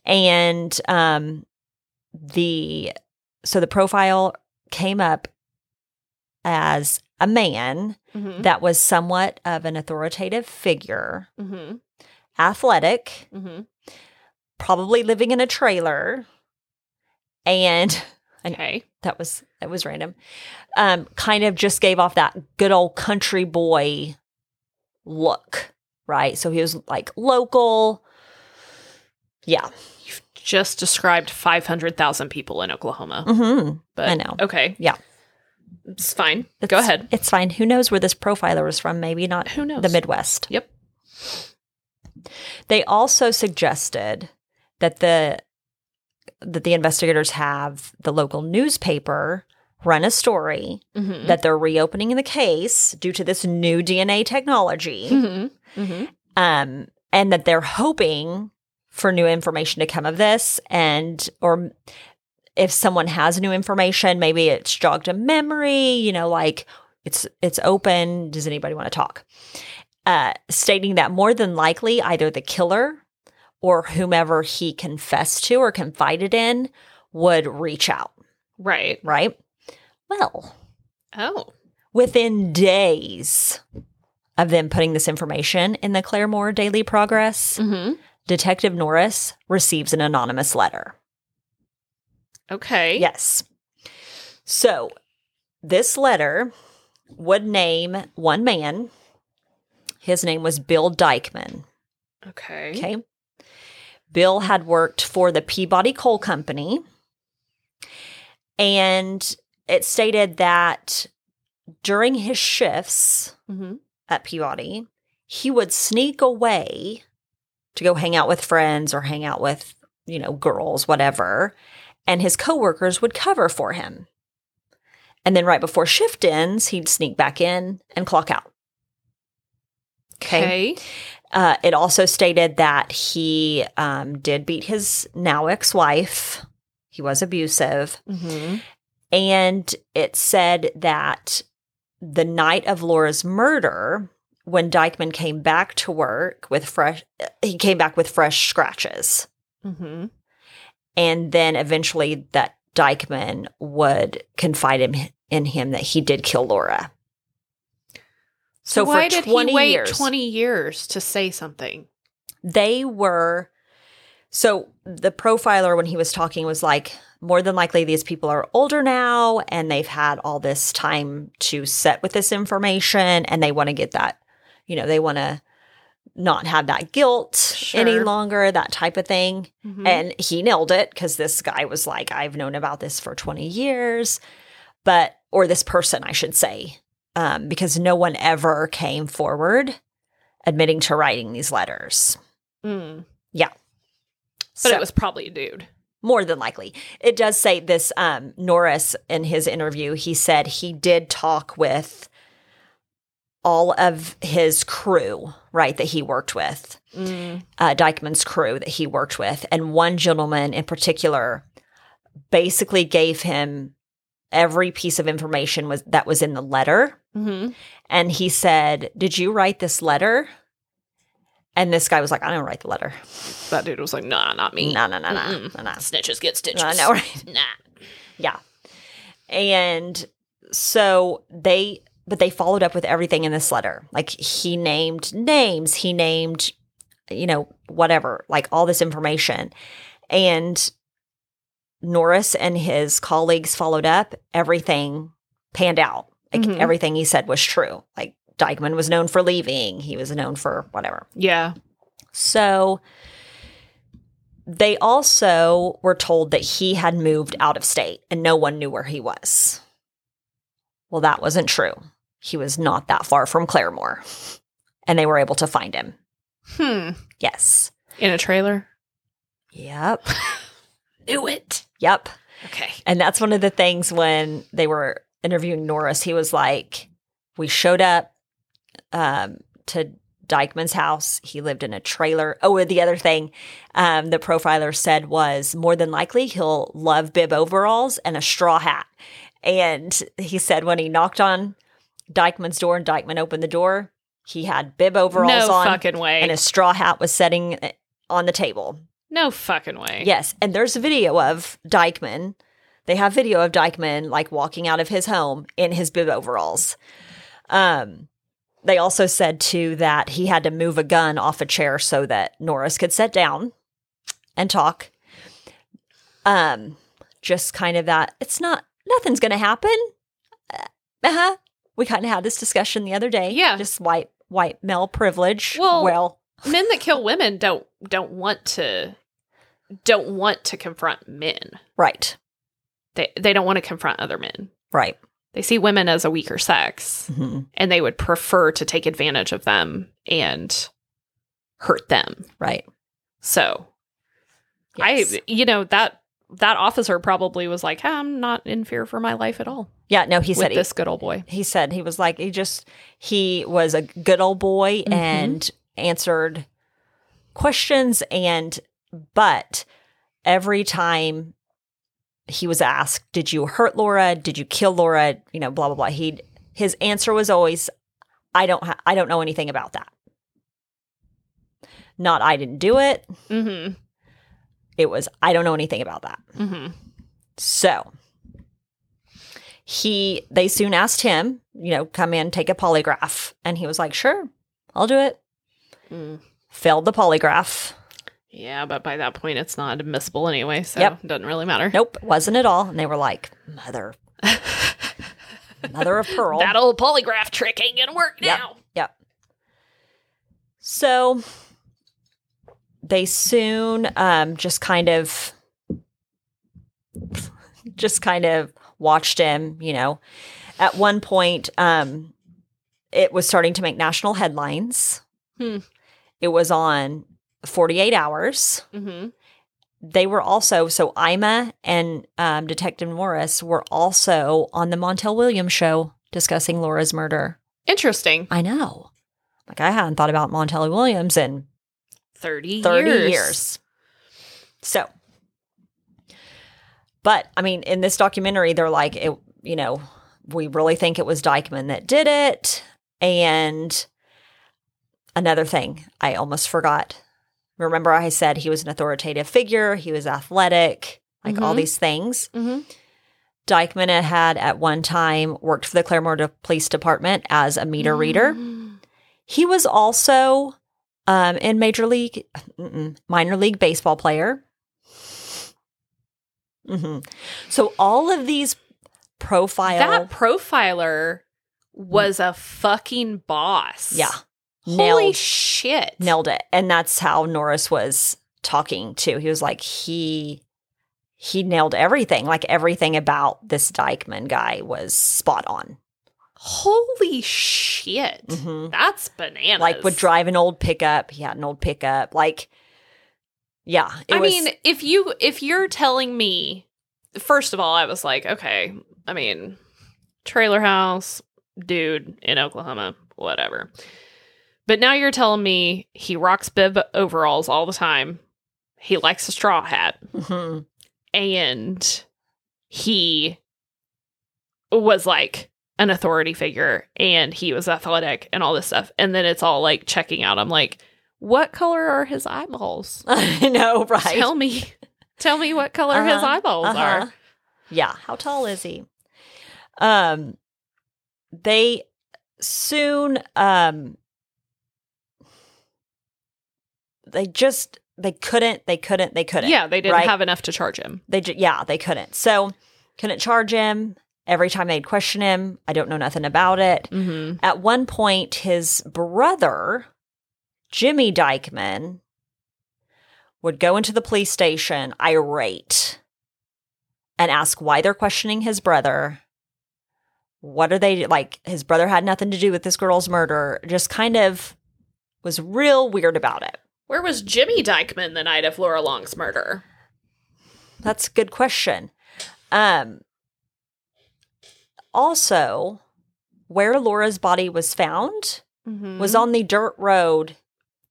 Speaker 3: and um the so the profile came up as a man
Speaker 2: Mm-hmm.
Speaker 3: that was somewhat of an authoritative figure
Speaker 2: Mm-hmm.
Speaker 3: athletic
Speaker 2: Mm-hmm.
Speaker 3: probably living in a trailer and And-
Speaker 2: Okay.
Speaker 3: that was that was random um kind of just gave off that good old country boy look right so he was like local yeah
Speaker 2: You've just described 500,000 people in Oklahoma.
Speaker 3: mm-hmm.
Speaker 2: But
Speaker 3: I know.
Speaker 2: Okay.
Speaker 3: Yeah.
Speaker 2: It's fine. Go ahead.
Speaker 3: it's fine who knows where this profiler was from maybe not
Speaker 2: Who knows?
Speaker 3: the midwest
Speaker 2: Yep.
Speaker 3: they also suggested that the that the investigators have the local newspaper run a story
Speaker 2: Mm-hmm.
Speaker 3: that they're reopening the case due to this new DNA technology.
Speaker 2: mm-hmm. Mm-hmm.
Speaker 3: um, and that they're hoping for new information to come of this and or if someone has new information maybe it's jogged a memory you know like it's it's open does anybody want to talk uh, stating that more than likely either the killer or whomever he confessed to or confided in would reach out
Speaker 2: Right.
Speaker 3: right well
Speaker 2: Oh.
Speaker 3: within days of them putting this information in the claremore daily progress
Speaker 2: Mm-hmm.
Speaker 3: Detective Norris receives an anonymous letter.
Speaker 2: Okay.
Speaker 3: Yes. So this letter would name one man. His name was Bill Dykeman.
Speaker 2: Okay.
Speaker 3: Okay. Bill had worked for the Peabody Coal Company. And it stated that during his shifts
Speaker 2: Mm-hmm.
Speaker 3: at Peabody, he would sneak away to go hang out with friends or hang out with, you know, girls, whatever. And his coworkers would cover for him. And then right before shift ends, he'd sneak back in and clock out.
Speaker 2: Okay.
Speaker 3: Uh, it also stated that he um, did beat his now ex wife. He was abusive.
Speaker 2: Mm-hmm.
Speaker 3: And it said that the night of Laura's murder, when Dykeman came back to work with fresh, he came back with fresh scratches.
Speaker 2: Mm-hmm.
Speaker 3: And then eventually that Dykeman would confide him, in him that he did kill Laura. So, for
Speaker 2: why did
Speaker 3: 20
Speaker 2: he wait
Speaker 3: years,
Speaker 2: twenty years to say something?
Speaker 3: they were so the profiler when he was talking was like more than likely these people are older now and they've had all this time to set with this information and they want to get that you know they want to not have that guilt any
Speaker 2: Sure.
Speaker 3: longer that type of thing
Speaker 2: Mhm.
Speaker 3: and he nailed it because this guy was like, I've known about this for 20 years, but, or this person, I should say, um, because no one ever came forward admitting to writing these letters.
Speaker 2: Mm.
Speaker 3: So,
Speaker 2: But it was probably a dude.
Speaker 3: more than likely. It does say this um, Norris in his interview, he said he did talk with all of his crew, right, that he worked with.
Speaker 2: Mm.
Speaker 3: uh, Dykeman's crew that he worked with, and one gentleman in particular basically gave him every piece of information was that was in the letter,
Speaker 2: hmm
Speaker 3: and he said, "Did you write this letter?" And this guy was like, "I didn't write the letter.
Speaker 2: That dude was like, nah, not me.
Speaker 3: No, no, no, no,
Speaker 2: Mm-mm.
Speaker 3: no, no,
Speaker 2: Snitches get stitches.
Speaker 3: I know, right?"
Speaker 2: Nah.
Speaker 3: And so they, but they followed up with everything in this letter. Like he named names, he named, you know, whatever, like all this information. And Norris and his colleagues followed up. Everything panned out. Like
Speaker 2: Mhm.
Speaker 3: everything he said was true. Like Dykeman was known for leaving, he was known for whatever.
Speaker 2: Yeah.
Speaker 3: So they also were told that he had moved out of state and no one knew where he was. Well, that wasn't true. He was not that far from Claremore and they were able to find him.
Speaker 2: Hmm.
Speaker 3: Yes.
Speaker 2: In a trailer.
Speaker 3: Yep.
Speaker 2: Knew it.
Speaker 3: Yep.
Speaker 2: Okay.
Speaker 3: And that's one of the things when they were interviewing Norris, he was like, We showed up um, to Dykeman's house. He lived in a trailer. Oh, and the other thing um, the profiler said was more than likely he'll love bib overalls and a straw hat. And he said when he knocked on Dykeman's door and Dykeman opened the door, he had bib overalls
Speaker 2: no
Speaker 3: on
Speaker 2: fucking way.
Speaker 3: and his straw hat was setting uh, on the table.
Speaker 2: no fucking way.
Speaker 3: Yes, and there's a video of Dykeman. They have video of Dykeman like walking out of his home in his bib overalls. Um, they also said too that he had to move a gun off a chair so that Norris could sit down and talk. Um, just kind of that. It's not nothing's going to happen. Uh huh. We kind of had this discussion the other day.
Speaker 2: Yeah.
Speaker 3: just white white male privilege.
Speaker 2: Well-
Speaker 3: well
Speaker 2: men that kill women don't don't want to don't want to confront men.
Speaker 3: right,
Speaker 2: They they don't want to confront other men.
Speaker 3: right.
Speaker 2: They see women as a weaker sex
Speaker 3: hmm
Speaker 2: and they would prefer to take advantage of them and hurt them.
Speaker 3: Right.
Speaker 2: So,
Speaker 3: Yes.
Speaker 2: I you know that that officer probably was like, "Ah, "I'm not in fear for my life at all."
Speaker 3: Yeah, no, he
Speaker 2: with
Speaker 3: said he,
Speaker 2: this good old boy.
Speaker 3: he said he was like he just he was a good old boy
Speaker 2: Mhm.
Speaker 3: and answered questions and but every time he was asked, "Did you hurt Laura? Did you kill Laura?" you know, blah blah blah. He his answer was always, "I don't ha- I don't know anything about that." Not I didn't do it.
Speaker 2: Mhm.
Speaker 3: It was I don't know anything about that.
Speaker 2: Mhm.
Speaker 3: So he they soon asked him, you know, come in, take a polygraph. And he was like, sure, I'll do it.
Speaker 2: Mm.
Speaker 3: Failed the polygraph.
Speaker 2: Yeah, but by that point it's not admissible anyway, so
Speaker 3: Yep.
Speaker 2: it doesn't really matter.
Speaker 3: Nope, wasn't at all. And they were like, mother, mother of pearl.
Speaker 2: That old polygraph trick ain't gonna work
Speaker 3: Yep.
Speaker 2: now.
Speaker 3: So they soon um, just kind of just kind of watched him, you know. At one point, um, it was starting to make national headlines.
Speaker 2: Hmm.
Speaker 3: It was on 48 Hours.
Speaker 2: Mm-hmm.
Speaker 3: They were also, so Ima and um, Detective Morris were also on the Montel Williams show discussing Laura's murder.
Speaker 2: Interesting.
Speaker 3: I know. Like, I hadn't thought about Montel Williams in
Speaker 2: 30,
Speaker 3: 30 years.
Speaker 2: years.
Speaker 3: So, but I mean, in this documentary, they're like, it, you know, we really think it was Dykeman that did it. And another thing I almost forgot. Remember, I said he was an authoritative figure, he was athletic, like all
Speaker 2: Mhm.
Speaker 3: these things.
Speaker 2: Mhm.
Speaker 3: Dykeman had- had at one time worked for the Claremore De- Police Department as a meter reader. He was also um, in major league, mm-mm, minor league baseball player. hmm So all of these profile,
Speaker 2: That profiler was a fucking boss.
Speaker 3: yeah,
Speaker 2: Holy
Speaker 3: nailed,
Speaker 2: shit.
Speaker 3: nailed it, and that's how Norris was talking too. He was like he he nailed everything. Like everything about this Dykeman guy was spot on.
Speaker 2: Holy shit.
Speaker 3: hmm
Speaker 2: That's bananas.
Speaker 3: Like would drive an old pickup. He had an old pickup. Like, yeah, it
Speaker 2: I
Speaker 3: was-
Speaker 2: mean, if you if you're telling me, first of all, I was like, okay, I mean, trailer house, dude in Oklahoma, whatever. But now you're telling me he rocks bib overalls all the time. He likes a straw hat
Speaker 3: mhm.
Speaker 2: and he was like an authority figure and he was athletic and all this stuff. And then it's all like checking out. I'm like, what color are his eyeballs?
Speaker 3: I know, right?
Speaker 2: Tell me. Tell me what color his
Speaker 3: Uh-huh,
Speaker 2: eyeballs
Speaker 3: Uh-huh.
Speaker 2: are.
Speaker 3: Yeah. How tall is he? Um, they soon um, they just they couldn't they couldn't they couldn't
Speaker 2: Yeah, they didn't
Speaker 3: right?
Speaker 2: have enough to charge him.
Speaker 3: they ju- yeah they couldn't so couldn't charge him every time they'd question him I don't know nothing about it
Speaker 2: Mm-hmm.
Speaker 3: at one point his brother Jimmy Dykeman would go into the police station irate and ask why they're questioning his brother. What are they like? His brother had nothing to do with this girl's murder. Just kind of was real weird about it.
Speaker 2: Where was Jimmy Dykeman the night of Laura Long's murder?
Speaker 3: That's a good question. Um, also, where Laura's body was found
Speaker 2: Mm-hmm.
Speaker 3: was on the dirt road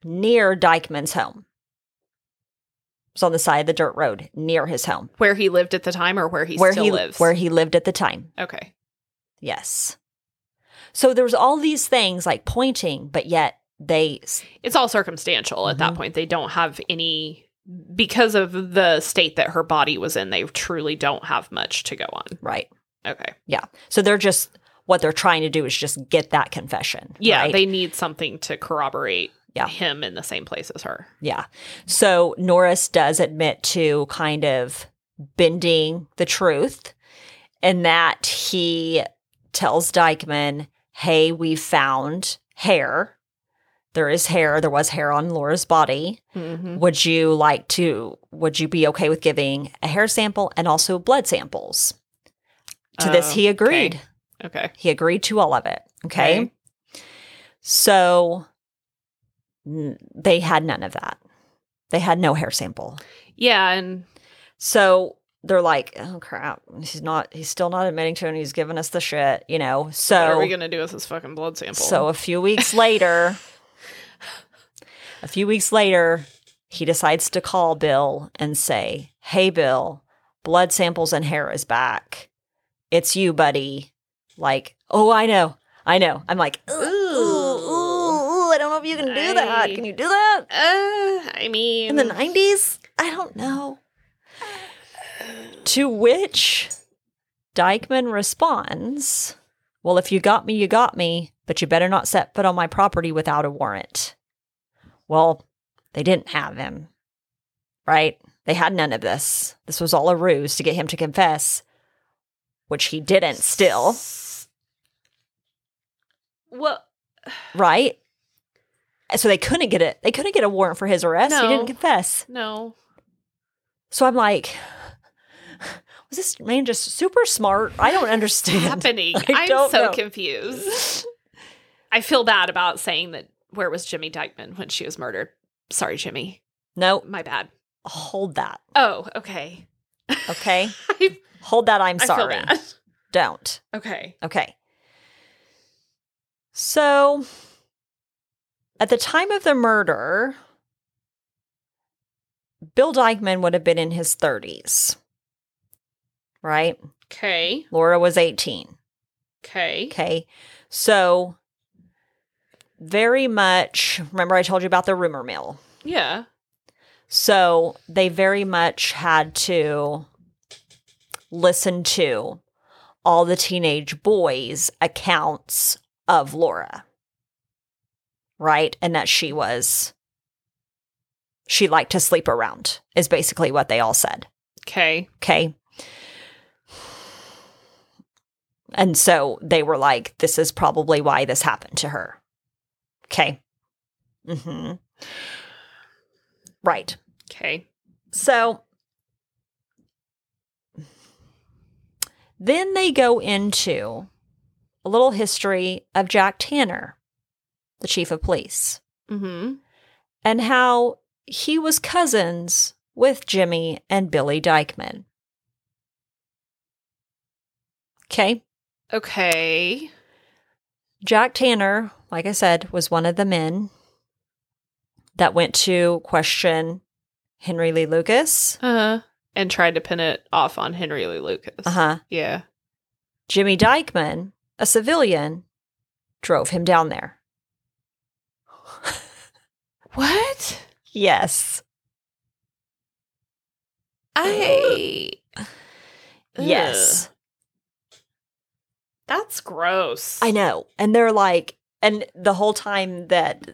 Speaker 3: near Dykeman's home. It was on the side of the dirt road near his home,
Speaker 2: where he lived at the time or where he
Speaker 3: where
Speaker 2: still
Speaker 3: he
Speaker 2: lives.
Speaker 3: where he lived at the time.
Speaker 2: okay.
Speaker 3: Yes. So there was all these things like pointing, but yet they s-
Speaker 2: It's all circumstantial at that
Speaker 3: Mhm.
Speaker 2: point. They don't have any because of the state that her body was in, they truly don't have much to go on.
Speaker 3: right.
Speaker 2: Okay.
Speaker 3: Yeah. So they're just what they're trying to do is just get that confession.
Speaker 2: Yeah,
Speaker 3: right?
Speaker 2: they need something to corroborate
Speaker 3: Yeah.
Speaker 2: him in the same place as her.
Speaker 3: Yeah. So Norris does admit to kind of bending the truth in that he tells Dykeman, hey, we found hair. There is hair. There was hair on Laura's body.
Speaker 2: Mm-hmm.
Speaker 3: Would you like to, would you be okay with giving a hair sample and also blood samples? To this, he agreed.
Speaker 2: Um, Okay.
Speaker 3: He agreed to all of it. Okay.
Speaker 2: Okay.
Speaker 3: So n- they had none of that. They had no hair sample.
Speaker 2: Yeah, and
Speaker 3: So they're like, oh crap, he's not, he's still not admitting to it. And he's giving us the shit, you know.
Speaker 2: what are we
Speaker 3: So,
Speaker 2: gonna do with this fucking blood sample?
Speaker 3: so a few weeks later, a few weeks later, he decides to call Bill and say, hey, Bill, blood samples and hair is back. It's you, buddy. Like, oh, I know. I know. I'm like, ooh, ooh, ooh, ooh, I don't know if you can do that.
Speaker 2: I-
Speaker 3: Can you do that?
Speaker 2: uh, I mean,
Speaker 3: in the 90s? I don't know. To which Dykeman responds, Well, if you got me, you got me, but you better not set foot on my property without a warrant. Well, they didn't have him, right? They had none of this. This was all a ruse to get him to confess, which he didn't still,
Speaker 2: well,
Speaker 3: right? So they couldn't get it. They couldn't get a warrant for his arrest. He
Speaker 2: No.
Speaker 3: didn't confess.
Speaker 2: no,
Speaker 3: So I'm like, was this man just super smart? I don't understand.
Speaker 2: happening?
Speaker 3: I
Speaker 2: I'm
Speaker 3: don't
Speaker 2: so
Speaker 3: know.
Speaker 2: confused. I feel bad about saying that where was Jimmy Dykeman when she was murdered? Sorry, Jimmy.
Speaker 3: No,
Speaker 2: My bad.
Speaker 3: hold that.
Speaker 2: Oh, okay.
Speaker 3: Okay.
Speaker 2: I,
Speaker 3: Hold that. I'm
Speaker 2: I feel
Speaker 3: sorry.
Speaker 2: bad.
Speaker 3: Don't.
Speaker 2: Okay.
Speaker 3: Okay. So at the time of the murder, Bill Dykeman would have been in his 30s, right?
Speaker 2: Okay.
Speaker 3: Laura was 18.
Speaker 2: Okay.
Speaker 3: Okay. So, very much, remember I told you about the rumor mill.
Speaker 2: Yeah.
Speaker 3: So, they very much had to listen to all the teenage boys' accounts of Laura. Right? And that she was, she liked to sleep around, is basically what they all said.
Speaker 2: Okay.
Speaker 3: Okay. And so they were like, this is probably why this happened to her. Okay. hmm Right.
Speaker 2: Okay.
Speaker 3: So then they go into a little history of Jack Tanner, the chief of police,
Speaker 2: Mm-hmm.
Speaker 3: and how he was cousins with Jimmy and Billy Dykeman. Okay.
Speaker 2: Okay.
Speaker 3: Jack Tanner, like I said, was one of the men that went to question Henry Lee Lucas.
Speaker 2: Uh and tried to pin it off on Henry Lee Lucas.
Speaker 3: Uh huh.
Speaker 2: Yeah.
Speaker 3: Jimmy Dykeman, a civilian, drove him down there.
Speaker 2: What?
Speaker 3: Yes.
Speaker 2: I
Speaker 3: Yes.
Speaker 2: Ugh. That's gross.
Speaker 3: I know. And they're like, and the whole time that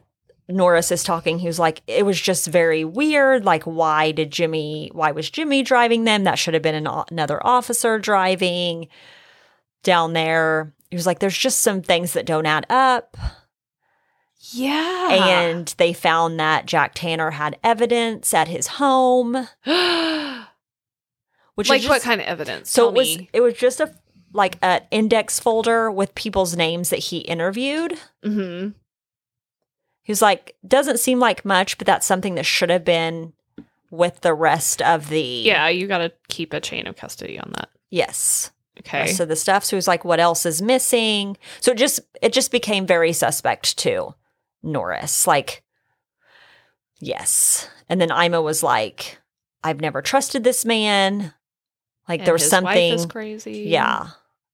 Speaker 3: Norris is talking, he was like, it was just very weird. Like, why did Jimmy, why was Jimmy driving them? That should have been an, o- another officer driving down there. He was like, there's just some things that don't add up.
Speaker 2: Yeah.
Speaker 3: And they found that Jack Tanner had evidence at his home, which
Speaker 2: like
Speaker 3: is
Speaker 2: what
Speaker 3: just-
Speaker 2: kind of evidence?
Speaker 3: so
Speaker 2: Tell
Speaker 3: it was
Speaker 2: me.
Speaker 3: it was just a like an index folder with people's names that he interviewed.
Speaker 2: Mhm.
Speaker 3: He was like, doesn't seem like much, but that's something that should have been with the rest of the.
Speaker 2: Yeah, you got to keep a chain of custody on that.
Speaker 3: Yes.
Speaker 2: Okay.
Speaker 3: Rest of the stuff. So he was like, what else is missing? So it just it just became very suspect to Norris. Like, yes. And then Ima was like, I've never trusted this man. Like
Speaker 2: And
Speaker 3: there was
Speaker 2: his
Speaker 3: something.
Speaker 2: wife is crazy.
Speaker 3: Yeah.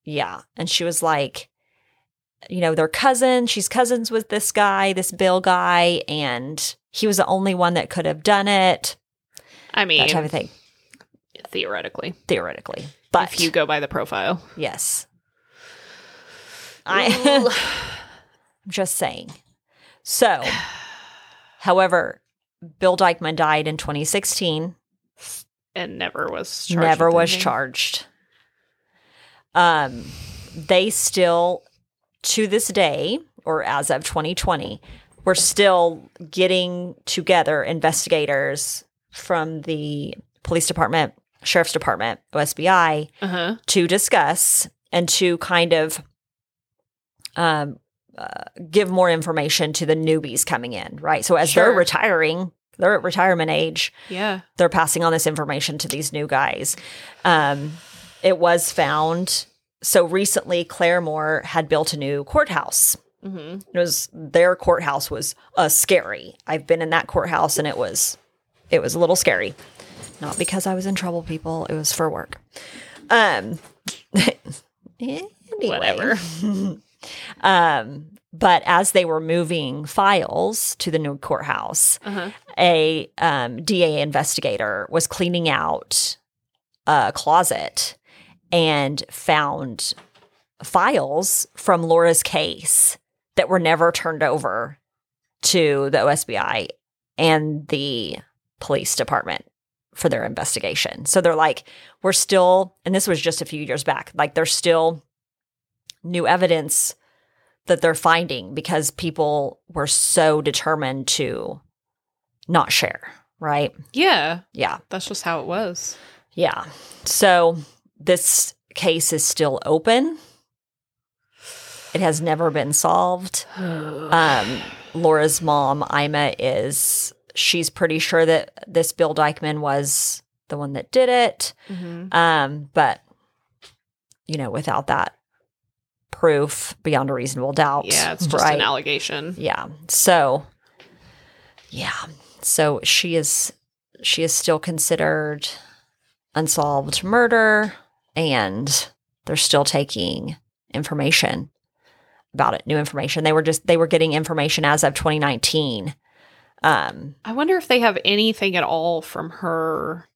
Speaker 3: Yeah. And she was like, you know, they're cousins. She's cousins with this guy, this Bill guy, and he was the only one that could have done it.
Speaker 2: I mean,
Speaker 3: That type of thing,
Speaker 2: theoretically,
Speaker 3: theoretically. But
Speaker 2: if you go by the profile.
Speaker 3: yes. I
Speaker 2: Ooh.
Speaker 3: I'm just saying. So, however, Bill Dykeman died in 2016.
Speaker 2: and never was charged.
Speaker 3: never
Speaker 2: with
Speaker 3: was
Speaker 2: anything.
Speaker 3: charged. Um, they still, to this day, or as of 2020, we're still getting together investigators from the police department, sheriff's department, OSBI,
Speaker 2: Uh-huh.
Speaker 3: to discuss and to kind of um, uh, give more information to the newbies coming in, right? So as they're
Speaker 2: Sure.
Speaker 3: retiring, they're at retirement age
Speaker 2: Yeah.
Speaker 3: they're passing on this information to these new guys. Um, it was found so recently. Claremore had built a new courthouse.
Speaker 2: Mhm.
Speaker 3: It was their courthouse was uh, scary. I've been in that courthouse and it was it was a little scary. Not because I was in trouble, people. It was for work. Um. anyway.
Speaker 2: Whatever.
Speaker 3: Um, but as they were moving files to the new courthouse,
Speaker 2: Uh-huh.
Speaker 3: a um, DA investigator was cleaning out a closet and found files from Laura's case that were never turned over to the OSBI and the police department for their investigation. So they're like, we're still, and this was just a few years back, like there's still new evidence that they're finding because people were so determined to not share, right?
Speaker 2: Yeah.
Speaker 3: Yeah.
Speaker 2: That's just how it was.
Speaker 3: Yeah. So this case is still open. It has never been solved. Um, Laura's mom, Ima, is she's pretty sure that this Bill Dykman was the one that did it.
Speaker 2: Mhm.
Speaker 3: Um, but you know, without that proof beyond a reasonable doubt,
Speaker 2: Yeah, it's just an allegation.
Speaker 3: yeah. So, yeah. So she is she is still considered unsolved murder, and they're still taking information about it. New information. They were just they were getting information as of 2019. Um,
Speaker 2: I wonder if they have anything at all from her.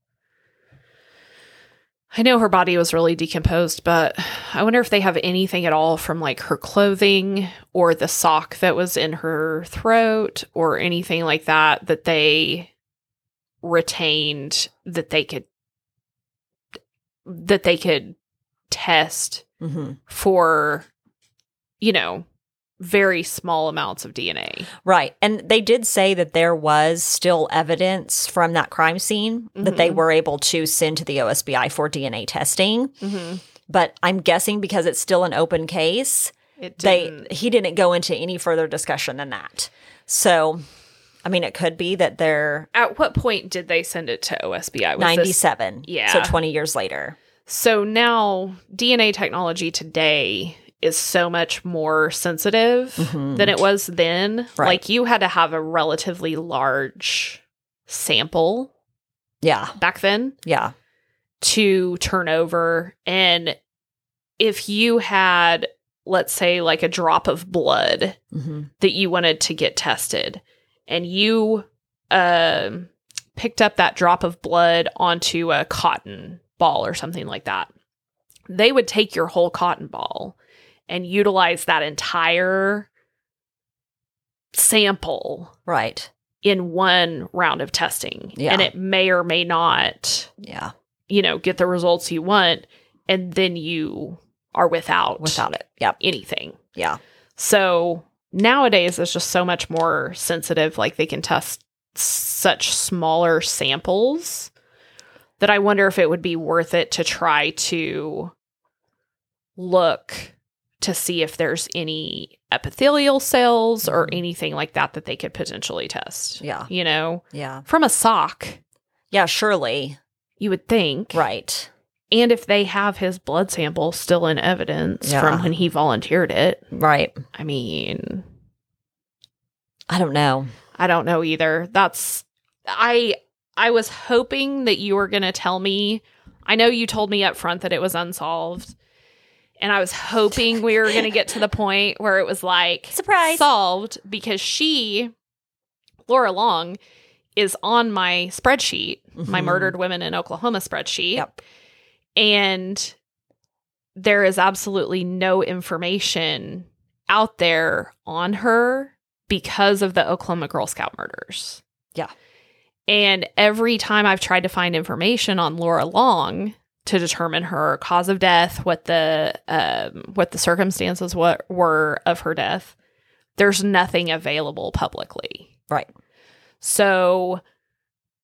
Speaker 2: I know her body was really decomposed, but I wonder if they have anything at all from like her clothing or the sock that was in her throat or anything like that that they retained that they could that they could test
Speaker 3: mhm.
Speaker 2: for you know very small amounts of DNA.
Speaker 3: Right, and they did say that there was still evidence from that crime scene that they
Speaker 2: Mhm.
Speaker 3: were able to send to the OSBI for DNA testing. But I'm guessing because it's still an open case,
Speaker 2: It
Speaker 3: they
Speaker 2: didn't.
Speaker 3: he didn't go into any further discussion than that. So, I mean, it could be that they're
Speaker 2: At what point did they send it to OSBI? Was this-
Speaker 3: ninety-seven. so
Speaker 2: yeah.
Speaker 3: twenty years later.
Speaker 2: so now DNA technology today is so much more sensitive
Speaker 3: Mhm.
Speaker 2: than it was then.
Speaker 3: Right.
Speaker 2: Like you had to have a relatively large sample
Speaker 3: Yeah,
Speaker 2: back then
Speaker 3: yeah,
Speaker 2: to turn over. And if you had, let's say, like a drop of blood
Speaker 3: hmm
Speaker 2: that you wanted to get tested and you um picked up that drop of blood onto a cotton ball or something like that they would take your whole cotton ball and utilize that entire sample
Speaker 3: right.
Speaker 2: in one round of testing
Speaker 3: Yeah.
Speaker 2: and it may or may not
Speaker 3: Yeah,
Speaker 2: you know get the results you want and then you are without
Speaker 3: without it. Yep.
Speaker 2: anything
Speaker 3: Yeah,
Speaker 2: so nowadays, it's just so much more sensitive. Like they can test such smaller samples that I wonder if it would be worth it to try to look to see if there's any epithelial cells or
Speaker 3: Mhm.
Speaker 2: anything like that that they could potentially test.
Speaker 3: yeah,
Speaker 2: You know,
Speaker 3: yeah,
Speaker 2: from a sock,
Speaker 3: yeah. Surely,
Speaker 2: you would think.
Speaker 3: right?
Speaker 2: And if they have his blood sample still in evidence
Speaker 3: Yeah.
Speaker 2: from when he volunteered it,
Speaker 3: Right.
Speaker 2: I mean,
Speaker 3: I don't know.
Speaker 2: I don't know either. That's I I was hoping that you were going to tell me. I know you told me up front that it was unsolved. And I was hoping we were going to get to the point where it was like
Speaker 3: Surprise.
Speaker 2: solved because she Laura Long is on my spreadsheet, my
Speaker 3: Mhm.
Speaker 2: murdered women in Oklahoma spreadsheet.
Speaker 3: Yep.
Speaker 2: And there is absolutely no information out there on her because of the Oklahoma Girl Scout murders.
Speaker 3: Yeah.
Speaker 2: And every time I've tried to find information on Laura Long to determine her cause of death, what the um, what the circumstances what were of her death, there's nothing available publicly.
Speaker 3: Right.
Speaker 2: So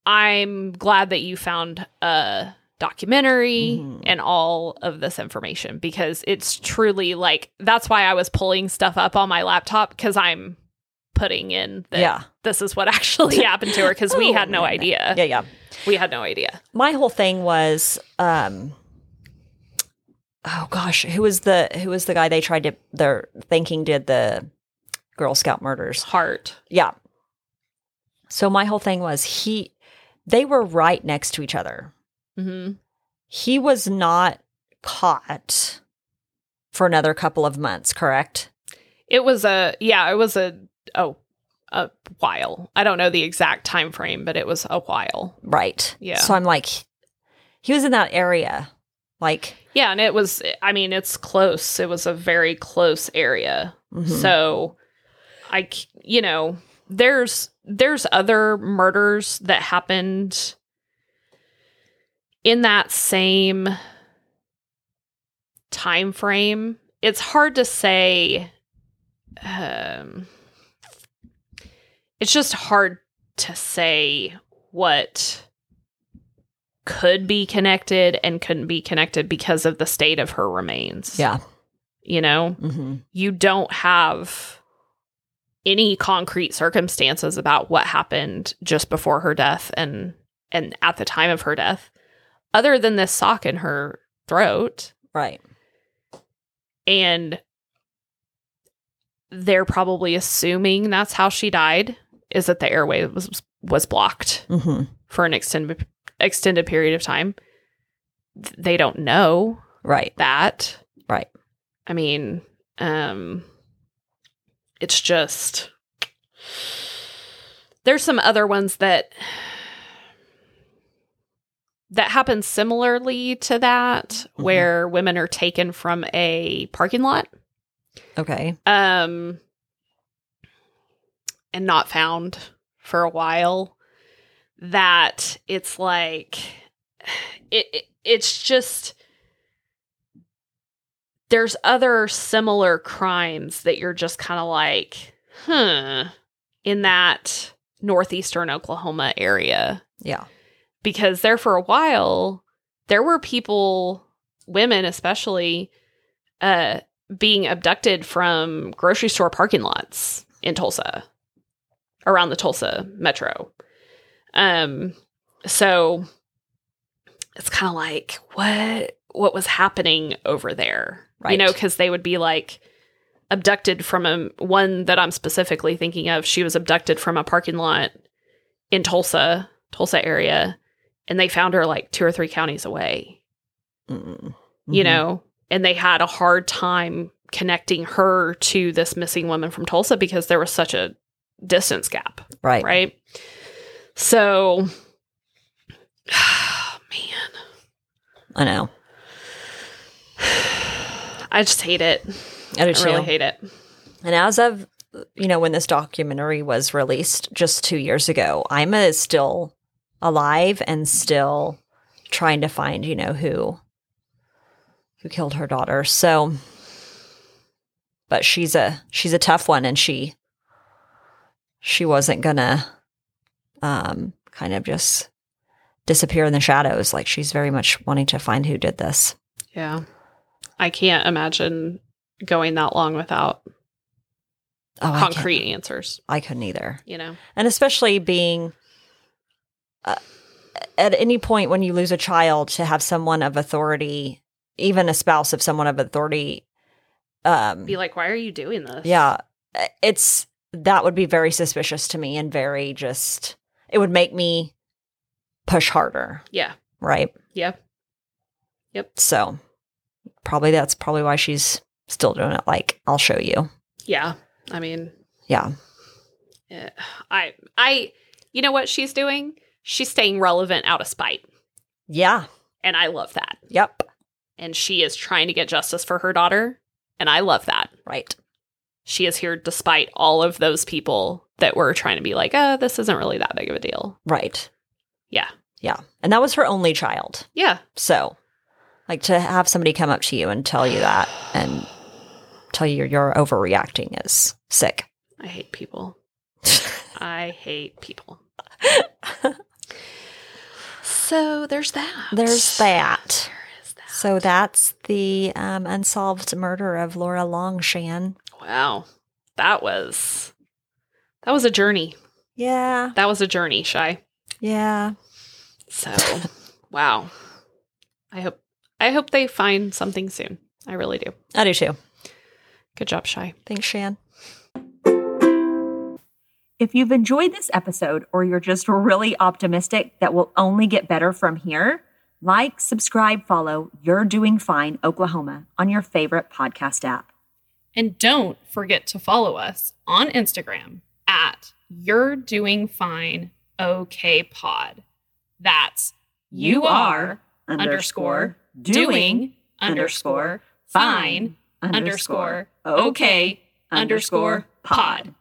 Speaker 2: I'm glad that you found a documentary
Speaker 3: Mhm.
Speaker 2: and all of this information because it's truly like that's why I was pulling stuff up on my laptop because I'm putting in that
Speaker 3: Yeah.
Speaker 2: this is what actually happened to her because we
Speaker 3: Oh,
Speaker 2: had no
Speaker 3: man.
Speaker 2: idea.
Speaker 3: Yeah, yeah.
Speaker 2: We had no idea.
Speaker 3: my whole thing was um oh gosh who was the who was the guy they tried to they're thinking did the girl scout murders
Speaker 2: Heart.
Speaker 3: yeah so my whole thing was he they were right next to each other
Speaker 2: hmm
Speaker 3: he was not caught for another couple of months correct
Speaker 2: It was a yeah. It was a oh a while. I don't know the exact time frame, but it was a while.
Speaker 3: right
Speaker 2: Yeah.
Speaker 3: so i'm like he was in that area like
Speaker 2: Yeah, and it was. I mean, it's close. It was a very close area.
Speaker 3: mhm.
Speaker 2: So I c- you know, there's there's other murders that happened in that same time frame. It's hard to say um it's just hard to say what could be connected and couldn't be connected because of the state of her remains.
Speaker 3: Yeah.
Speaker 2: You know,
Speaker 3: Mm-hmm.
Speaker 2: you don't have any concrete circumstances about what happened just before her death and and at the time of her death other than this sock in her throat
Speaker 3: Right.
Speaker 2: and they're probably assuming that's how she died is that the airway was was blocked
Speaker 3: Mm-hmm.
Speaker 2: for an extended extended period of time Th- they don't know
Speaker 3: Right.
Speaker 2: that
Speaker 3: Right.
Speaker 2: i mean um it's just there's some other ones that that happen similarly to that
Speaker 3: Mhm.
Speaker 2: where women are taken from a parking lot
Speaker 3: Okay.
Speaker 2: um and not found for a while that it's like it, it it's just there's other similar crimes that you're just kind of like huh in that northeastern Oklahoma area
Speaker 3: Yeah.
Speaker 2: because there for a while there were people women especially uh being abducted from grocery store parking lots in Tulsa around the Tulsa metro um so it's kind of like what what was happening over there you
Speaker 3: Right.
Speaker 2: know cuz they would be like abducted from a one that I'm specifically thinking of she was abducted from a parking lot in Tulsa Tulsa area and they found her like two or three counties away,
Speaker 3: Mm-hmm.
Speaker 2: you know, and they had a hard time connecting her to this missing woman from Tulsa because there was such a distance gap,
Speaker 3: Right.
Speaker 2: right? So, man,
Speaker 3: I know.
Speaker 2: I just hate it.
Speaker 3: I do
Speaker 2: I
Speaker 3: too.
Speaker 2: really hate it.
Speaker 3: And as of you know, when this documentary was released just two years ago, Ima is still alive and still trying to find, you know, who who killed her daughter. So but she's a she's a tough one and she she wasn't gonna um kind of just disappear in the shadows. Like she's very much wanting to find who did this.
Speaker 2: Yeah. I can't imagine going that long without
Speaker 3: Oh, I can't-
Speaker 2: concrete answers,
Speaker 3: I couldn't either.
Speaker 2: you know?
Speaker 3: and especially being uh, at any point when you lose a child to have someone of authority even a spouse of someone of authority um
Speaker 2: Be like, why are you doing this?
Speaker 3: yeah uh, it's that would be very suspicious to me and very just it would make me push harder
Speaker 2: Yeah.
Speaker 3: right
Speaker 2: Yeah.
Speaker 3: so probably that's probably why she's still doing it like i'll show you
Speaker 2: Yeah. I mean,
Speaker 3: yeah
Speaker 2: Yeah. I I you know what she's doing? She's staying relevant out of spite.
Speaker 3: yeah
Speaker 2: And I love that.
Speaker 3: yep
Speaker 2: And she is trying to get justice for her daughter, and I love that.
Speaker 3: right
Speaker 2: She is here despite all of those people that were trying to be like, "Oh, this isn't really that big of a deal."
Speaker 3: right
Speaker 2: Yeah.
Speaker 3: yeah and that was her only child
Speaker 2: Yeah.
Speaker 3: So, like to have somebody come up to you and tell you that and tell you you're overreacting is sick.
Speaker 2: I hate people. I hate people. so there's that.
Speaker 3: There's that.
Speaker 2: There is that.
Speaker 3: So that's the um, unsolved murder of Laura Longshan.
Speaker 2: Wow. That was that was a journey.
Speaker 3: Yeah,
Speaker 2: That was a journey, Shy.
Speaker 3: yeah.
Speaker 2: So, wow. I hope I hope they find something soon. I really do.
Speaker 3: I do too.
Speaker 2: Good job, Shy.
Speaker 3: Thanks, Shan.
Speaker 4: If you've enjoyed this episode or you're just really optimistic that we'll only get better from here, like, subscribe, follow You're Doing Fine Oklahoma on your favorite podcast app.
Speaker 2: And don't forget to follow us on Instagram at You're Doing Fine OK Pod. That's you are underscore doing underscore fine underscore okay underscore pod.